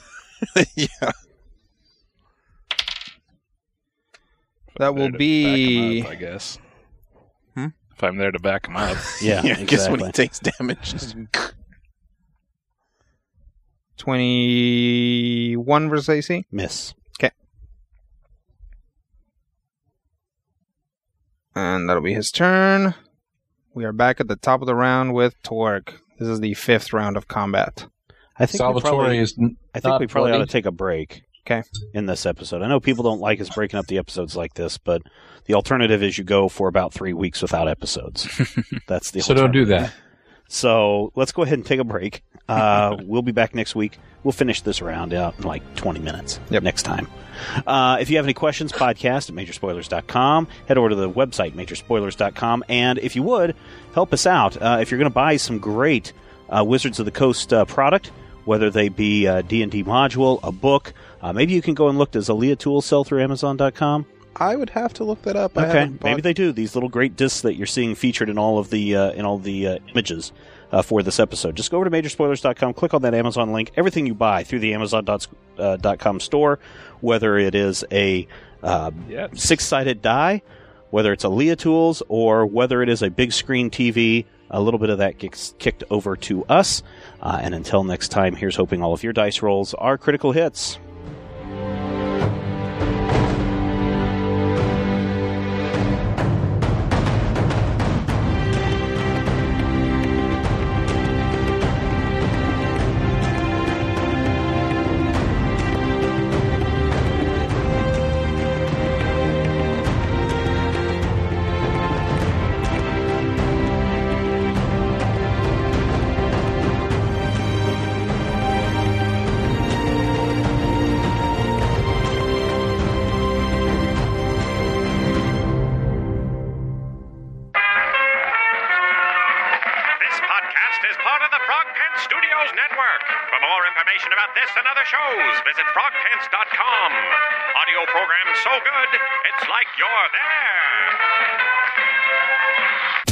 C: yeah.
B: that will
E: There to
B: be
E: back him up, I guess.
C: Hmm?
E: If I'm there to back him up,
A: Yeah,
C: I guess when
A: exactly.
C: he takes damage, just
B: twenty-one versus AC.
A: Miss.
B: And that'll be his turn. We are back at the top of the round with Torque. This is the fifth round of combat.
A: I think we
D: Salvatore
A: probably,
D: is n-
A: I think
D: not
A: we probably ought to
D: bloodied.
A: take a break.
B: 'Kay.
A: In this episode, I know people don't like us breaking up the episodes like this, but the alternative is you go for about three weeks without episodes. That's the
D: so don't do
A: alternative.
D: that.
A: So let's go ahead and take a break. Uh, we'll be back next week. We'll finish this round out in like 20 minutes
B: Yep.
A: next time. Uh, if you have any questions, podcast at majorspoilers.com. Head over to the website, majorspoilers.com. And if you would, help us out. Uh, if you're going to buy some great uh, Wizards of the Coast uh, product, whether they be a D&D module, a book, uh, maybe you can go and look. Does Aaliyah Tools sell through Amazon.com?
C: I would have to look that up. I
A: Okay,
C: haven't bought-
A: maybe they do. These little great discs that you're seeing featured in all of the uh, in all the uh, images uh, for this episode. Just go over to majorspoilers.com, click on that Amazon link. Everything you buy through the Amazon.com uh, dot com store, whether it is a uh,
E: yeah.
A: six sided die, whether it's a Leah Tools, or whether it is a big screen TV, a little bit of that gets kicked over to us. Uh, and until next time, here's hoping all of your dice rolls are critical hits.
H: This podcast is part of the Frog Pants Studios Network. For more information about this and other shows, visit frogpants.com. Audio program so good, it's like you're there.